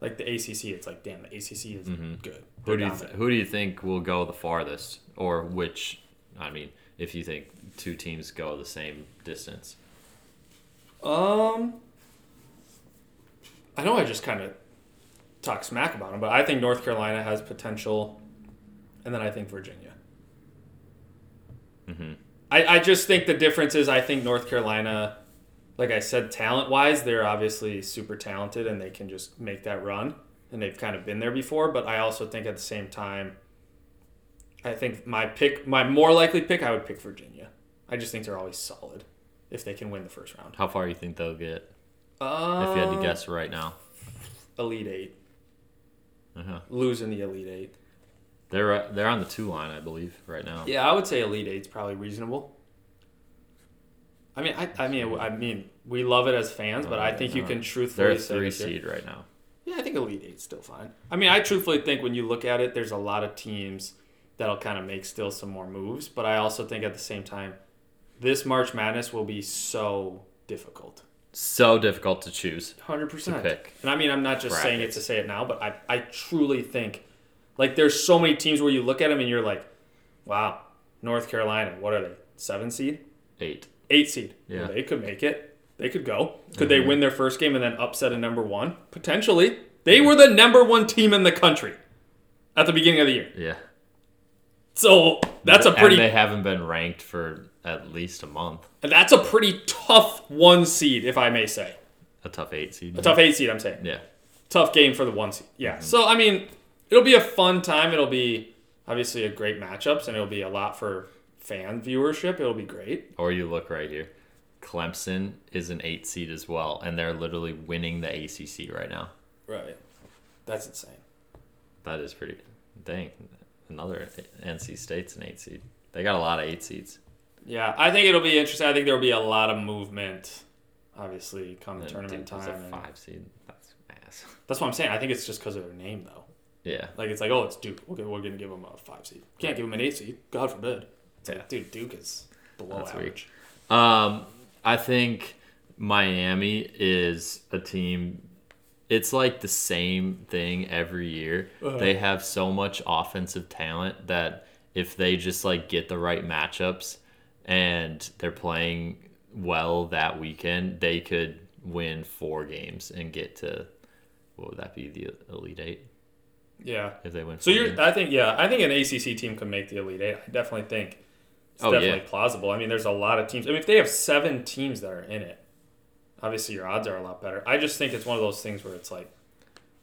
[SPEAKER 1] like the ACC. It's like, damn, the ACC is good.
[SPEAKER 2] Mm-hmm. Who
[SPEAKER 1] They're
[SPEAKER 2] do you th-
[SPEAKER 1] dominant.
[SPEAKER 2] who do you think will go the farthest, or which? I mean, if you think two teams go the same distance,
[SPEAKER 1] Um, I know I just kind of talk smack about them, but I think North Carolina has potential, and then I think Virginia.
[SPEAKER 2] Mhm.
[SPEAKER 1] I, I just think the difference is I think North Carolina, like I said, talent wise, they're obviously super talented and they can just make that run, and they've kind of been there before. But I also think at the same time, I think my pick, my more likely pick, I would pick Virginia. I just think they're always solid if they can win the first round.
[SPEAKER 2] how far you think they'll get?
[SPEAKER 1] Um,
[SPEAKER 2] If you had to guess right now,
[SPEAKER 1] Elite Eight,
[SPEAKER 2] uh-huh.
[SPEAKER 1] losing the Elite Eight.
[SPEAKER 2] they're uh, they're on the two line, I believe, right now.
[SPEAKER 1] Yeah, I would say Elite Eight's probably reasonable. I mean, I, I mean, I mean, we love it as fans, but I think you can
[SPEAKER 2] They're
[SPEAKER 1] truthfully
[SPEAKER 2] a
[SPEAKER 1] say
[SPEAKER 2] three
[SPEAKER 1] this year-
[SPEAKER 2] seed right now.
[SPEAKER 1] Yeah, I think Elite Eight's still fine. I mean, I truthfully think when you look at it, there's a lot of teams that'll kind of make still some more moves, but I also think at the same time, this March Madness will be so difficult.
[SPEAKER 2] So difficult to choose.
[SPEAKER 1] Hundred percent.
[SPEAKER 2] pick
[SPEAKER 1] And I mean, I'm not just saying it
[SPEAKER 2] brackets.
[SPEAKER 1] to say it now, but I, I truly think, like, there's so many teams where you look at them and you're like, wow, North Carolina, what are they? Seven seed,
[SPEAKER 2] Eight.
[SPEAKER 1] eight seed.
[SPEAKER 2] Yeah. Mm-hmm.
[SPEAKER 1] they could make it. They could go. Could they win their first game and then upset a number one? Potentially. They were the number one team in the country at the beginning of the year.
[SPEAKER 2] Yeah.
[SPEAKER 1] So that's a
[SPEAKER 2] And they
[SPEAKER 1] pretty
[SPEAKER 2] haven't been ranked for at least a month.
[SPEAKER 1] that's a pretty tough one seed, if I may say.
[SPEAKER 2] A tough eight seed.
[SPEAKER 1] A tough eight seed, I'm saying.
[SPEAKER 2] Yeah.
[SPEAKER 1] tough game for the one seed. Yeah.
[SPEAKER 2] Mm-hmm.
[SPEAKER 1] So I mean, it'll be a fun time. It'll be obviously a great matchups, and it'll be a lot for fan viewership. It'll be great.
[SPEAKER 2] Or you look right here. Clemson is an eight seed as well, and they're literally winning the ACC right now.
[SPEAKER 1] Right. That's insane.
[SPEAKER 2] That is pretty dang. Another NC State's an eight seed. They got a lot of eight seeds.
[SPEAKER 1] Yeah, I think it'll be interesting. I think there'll be a lot of movement, obviously, come
[SPEAKER 2] And
[SPEAKER 1] tournament
[SPEAKER 2] Duke is
[SPEAKER 1] time.
[SPEAKER 2] a
[SPEAKER 1] and-
[SPEAKER 2] five seed. That's ass. [LAUGHS]
[SPEAKER 1] That's what I'm saying. I think it's just because of their name, though.
[SPEAKER 2] Yeah.
[SPEAKER 1] Like it's like, oh, it's Duke. Okay, we're gonna give them a five seed. Can't give them an eight seed. God forbid. It's like, dude, Duke is below
[SPEAKER 2] That's
[SPEAKER 1] average.
[SPEAKER 2] Um, I think Miami is a team. It's like the same thing every year.
[SPEAKER 1] Uh-huh.
[SPEAKER 2] They have so much offensive talent that if they just like get the right matchups and they're playing well that weekend, they could win four games and get to what would that be the elite eight
[SPEAKER 1] Yeah.
[SPEAKER 2] if they win.
[SPEAKER 1] So
[SPEAKER 2] four
[SPEAKER 1] you're,
[SPEAKER 2] games?
[SPEAKER 1] I think, yeah, I think an ACC team can make the Elite Eight. I definitely think it's
[SPEAKER 2] Oh,
[SPEAKER 1] definitely
[SPEAKER 2] yeah.
[SPEAKER 1] plausible. I mean, there's a lot of teams. I mean, if they have seven teams that are in it, obviously your odds are a lot better. I just think it's one of those things where it's like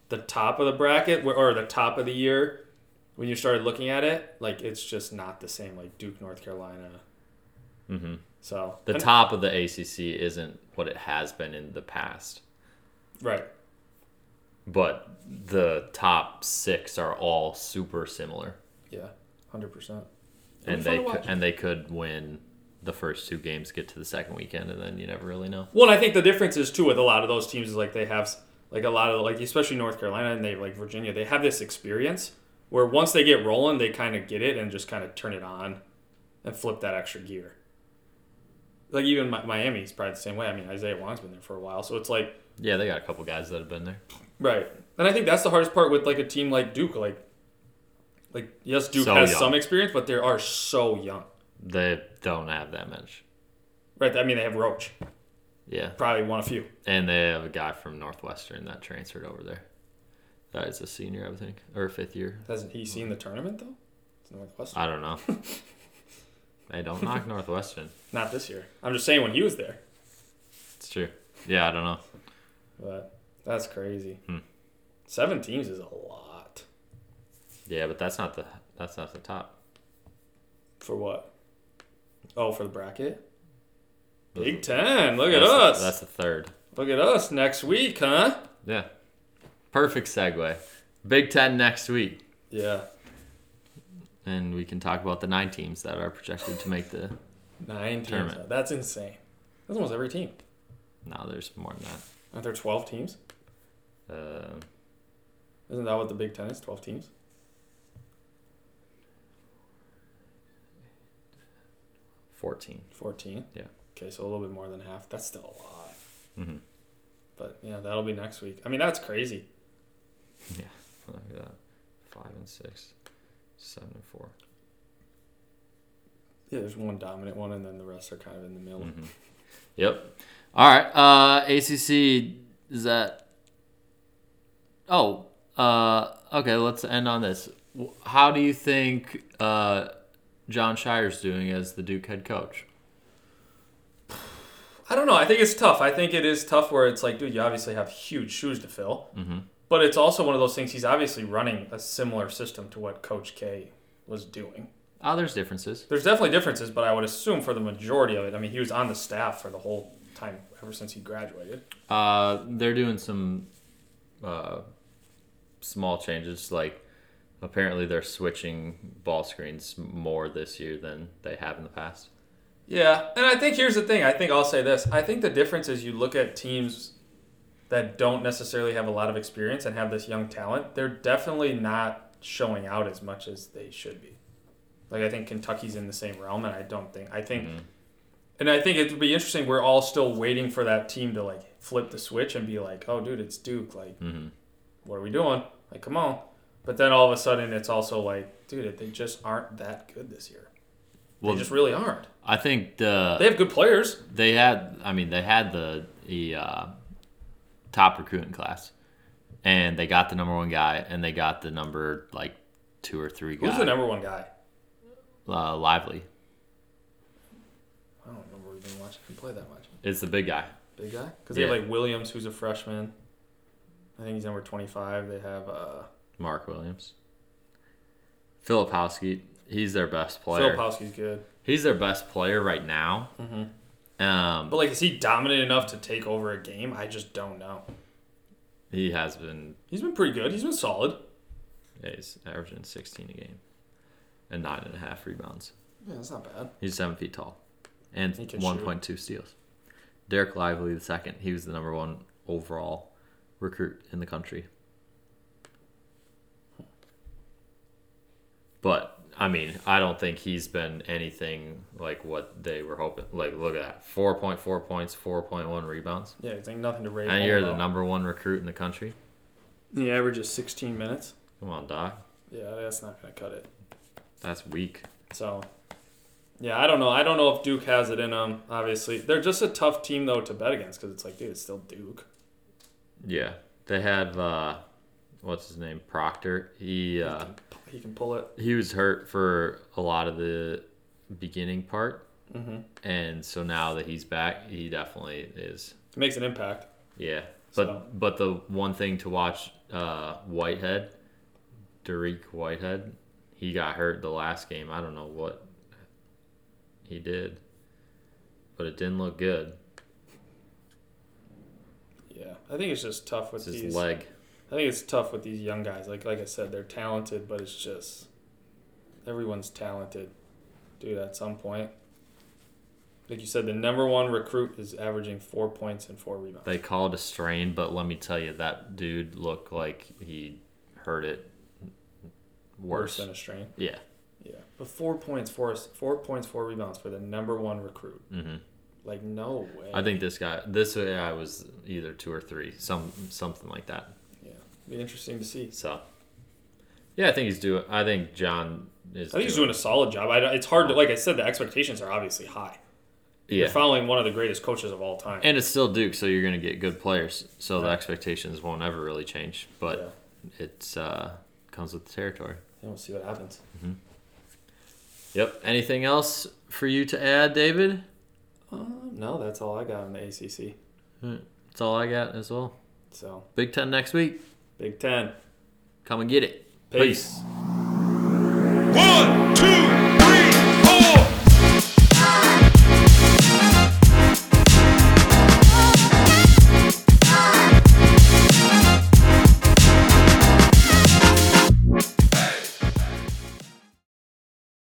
[SPEAKER 1] the top of the bracket where, or the top of the year when you started looking at it, like it's just not the same. Like Duke, North Carolina,
[SPEAKER 2] Mhm.
[SPEAKER 1] So
[SPEAKER 2] The
[SPEAKER 1] and-
[SPEAKER 2] top of the ACC isn't what it has been in the past,
[SPEAKER 1] right?
[SPEAKER 2] but the top six are all super similar,
[SPEAKER 1] Yeah, hundred percent.
[SPEAKER 2] and they could, and they could win the first two games, get to the second weekend, and then you never really know.
[SPEAKER 1] Well, and I think the difference is too with a lot of those teams is like they have like a lot of like especially North Carolina and they like Virginia, they have this experience where once they get rolling, they kind of get it and just kind of turn it on and flip that extra gear. Like even Mi- Miami's probably the same way. I mean, Isaiah Wong's been there for a while, so it's like
[SPEAKER 2] Yeah, they got a couple guys that have been there.
[SPEAKER 1] right. And I think that's the hardest part with like a team like Duke, like like yes, Duke
[SPEAKER 2] So
[SPEAKER 1] has
[SPEAKER 2] young.
[SPEAKER 1] some experience, but they are so young.
[SPEAKER 2] They don't have that much.
[SPEAKER 1] Right? I mean, they have Roach,
[SPEAKER 2] Yeah,
[SPEAKER 1] probably won a few.
[SPEAKER 2] and they have a guy from Northwestern that transferred over there. That is a senior, I would think, or a fifth year.
[SPEAKER 1] Hasn't he seen the tournament though? It's Northwestern.
[SPEAKER 2] I don't
[SPEAKER 1] [LAUGHS]
[SPEAKER 2] know. hey, don't knock Northwestern.
[SPEAKER 1] Not this year. I'm just saying when he was there.
[SPEAKER 2] It's true. Yeah, I don't know.
[SPEAKER 1] But that's crazy.
[SPEAKER 2] Hmm.
[SPEAKER 1] Seven teams is a lot.
[SPEAKER 2] Yeah, but that's not the that's not the top.
[SPEAKER 1] For what? Oh, for the bracket?
[SPEAKER 2] That's
[SPEAKER 1] Big Ten. Look at
[SPEAKER 2] That's the-
[SPEAKER 1] us.
[SPEAKER 2] that's the third.
[SPEAKER 1] Look at us next week, huh?
[SPEAKER 2] Yeah. Perfect segue. Big Ten next week,
[SPEAKER 1] Yeah.
[SPEAKER 2] and we can talk about the nine teams that are projected to make the. [LAUGHS]
[SPEAKER 1] Nine teams.
[SPEAKER 2] Tournament.
[SPEAKER 1] huh? That's insane. That's almost every team.
[SPEAKER 2] No, there's more than that.
[SPEAKER 1] Aren't there 12 teams?
[SPEAKER 2] Uh,
[SPEAKER 1] Isn't that what the Big Ten is? 12 teams?
[SPEAKER 2] Fourteen.
[SPEAKER 1] 14?
[SPEAKER 2] Yeah.
[SPEAKER 1] Okay, so a little bit more than half. That's still a lot.
[SPEAKER 2] Mm-hmm.
[SPEAKER 1] But yeah, that'll be next week. I mean, that's crazy.
[SPEAKER 2] Look at that. Five and six, seven and 4
[SPEAKER 1] Yeah, there's one dominant one, and then the rest are kind of in the middle.
[SPEAKER 2] Mhm. Yep. All right. Uh, ACC is that? Oh. Uh, okay. Let's end on this. W- How do you think uh, John Shire's doing as the Duke head coach?
[SPEAKER 1] I don't know. I think it's tough. I think it is tough where it's like, dude, you obviously have huge shoes to fill.
[SPEAKER 2] Mm-hmm.
[SPEAKER 1] But it's also one of those things he's obviously running a similar system to what Coach K was doing.
[SPEAKER 2] Oh, there's differences.
[SPEAKER 1] There's definitely differences, but I would assume for the majority of it, I mean, he was on the staff for the whole time ever since he graduated.
[SPEAKER 2] Uh, they're doing some uh, small changes. Like apparently they're switching ball screens more this year than they have in the past.
[SPEAKER 1] Yeah, and I think here's the thing. I think I'll say this. I think the difference is you look at teams that don't necessarily have a lot of experience and have this young talent. They're definitely not showing out as much as they should be. Like I think Kentucky's in the same realm, and I don't think I think,
[SPEAKER 2] Mhm.
[SPEAKER 1] and I think it would be interesting. We're all still waiting for that team to like flip the switch and be like, "Oh, dude, it's Duke. Like,
[SPEAKER 2] Mm-hmm.
[SPEAKER 1] what are we doing? Like, come on." But then all of a sudden, it's also like, dude, they just aren't that good this year.
[SPEAKER 2] Well, uh,
[SPEAKER 1] they just really aren't.
[SPEAKER 2] I think the
[SPEAKER 1] They have good players.
[SPEAKER 2] They had, I mean, they had the the uh, top recruiting class, and they got the number one guy, and they got the number like two or three guy,
[SPEAKER 1] Who's the number one guy?
[SPEAKER 2] uh, Lively.
[SPEAKER 1] I don't remember we've been watching him play that much.
[SPEAKER 2] It's the big guy.
[SPEAKER 1] Big guy? Because they have
[SPEAKER 2] Yeah.
[SPEAKER 1] like Williams, who's a freshman. I think he's number 25. They have uh,
[SPEAKER 2] Mark Williams. Filipowski, he's their best player.
[SPEAKER 1] Filipowski's good.
[SPEAKER 2] he's their best player right now.
[SPEAKER 1] Mhm.
[SPEAKER 2] Um,
[SPEAKER 1] But like, is he dominant enough to take over a game? I just don't know.
[SPEAKER 2] he has been.
[SPEAKER 1] He's been pretty good. He's been solid.
[SPEAKER 2] yeah, He's averaging sixteen a game, and nine and a half rebounds.
[SPEAKER 1] Yeah, that's not bad.
[SPEAKER 2] He's seven feet tall, and
[SPEAKER 1] He can
[SPEAKER 2] one point two steals. Derek Lively the second. He was the number one overall recruit in the country. But I mean, I don't think he's been anything like what they were hoping. Like, look at that: four point four points, four point one rebounds,
[SPEAKER 1] Yeah, it's like nothing to rave.
[SPEAKER 2] and you're the
[SPEAKER 1] about.
[SPEAKER 2] number one recruit in the country.
[SPEAKER 1] He averages 16 minutes.
[SPEAKER 2] Come on, Doc.
[SPEAKER 1] Yeah, that's not going to cut it.
[SPEAKER 2] That's weak.
[SPEAKER 1] So, yeah, I don't know. I don't know if Duke has it in them, obviously. They're just a tough team, though, to bet against because it's like, dude, it's still Duke.
[SPEAKER 2] Yeah, they have uh, what's his name, Proctor. He
[SPEAKER 1] He
[SPEAKER 2] uh,
[SPEAKER 1] can pu- He can pull it.
[SPEAKER 2] he was hurt for a lot of the beginning part
[SPEAKER 1] hmm
[SPEAKER 2] and so now that he's back he definitely is
[SPEAKER 1] Makes an impact.
[SPEAKER 2] yeah but
[SPEAKER 1] So-
[SPEAKER 2] but the one thing to watch uh whitehead derek whitehead he got hurt the last game i don't know what he did but it didn't look good.
[SPEAKER 1] Yeah, I think it's just tough with
[SPEAKER 2] It's his
[SPEAKER 1] these.
[SPEAKER 2] leg.
[SPEAKER 1] I think it's tough with these young guys. Like like I said, they're talented, but it's just everyone's talented, dude. At some point, like you said, the number one recruit is averaging four points and four rebounds.
[SPEAKER 2] They call it a strain, but let me tell you, that dude looked like he hurt it worse.
[SPEAKER 1] than a strain.
[SPEAKER 2] yeah.
[SPEAKER 1] Yeah, but four points, four four points, four rebounds for the number one recruit.
[SPEAKER 2] hmm
[SPEAKER 1] Like no way.
[SPEAKER 2] I think this guy, this guy was either two or three, some something like that.
[SPEAKER 1] Yeah, be interesting to see.
[SPEAKER 2] So, yeah, I think he's doing. I think John is.
[SPEAKER 1] I think he's doing a solid job. I, don't- it's hard to, like I said, the expectations are obviously high. You're
[SPEAKER 2] Yeah,
[SPEAKER 1] following one of the greatest coaches of all time.
[SPEAKER 2] and it's still Duke, so you're going to get good players. So the
[SPEAKER 1] Right.
[SPEAKER 2] expectations won't ever really change, but it's uh, comes with the territory.
[SPEAKER 1] yeah, we'll see what happens.
[SPEAKER 2] Yep. Anything else for you to add, David?
[SPEAKER 1] Um, no, that's all I got on the ACC.
[SPEAKER 2] That's all I got as well.
[SPEAKER 1] So
[SPEAKER 2] Big Ten next week.
[SPEAKER 1] Big Ten.
[SPEAKER 2] Come and get it.
[SPEAKER 1] Peace.
[SPEAKER 4] One,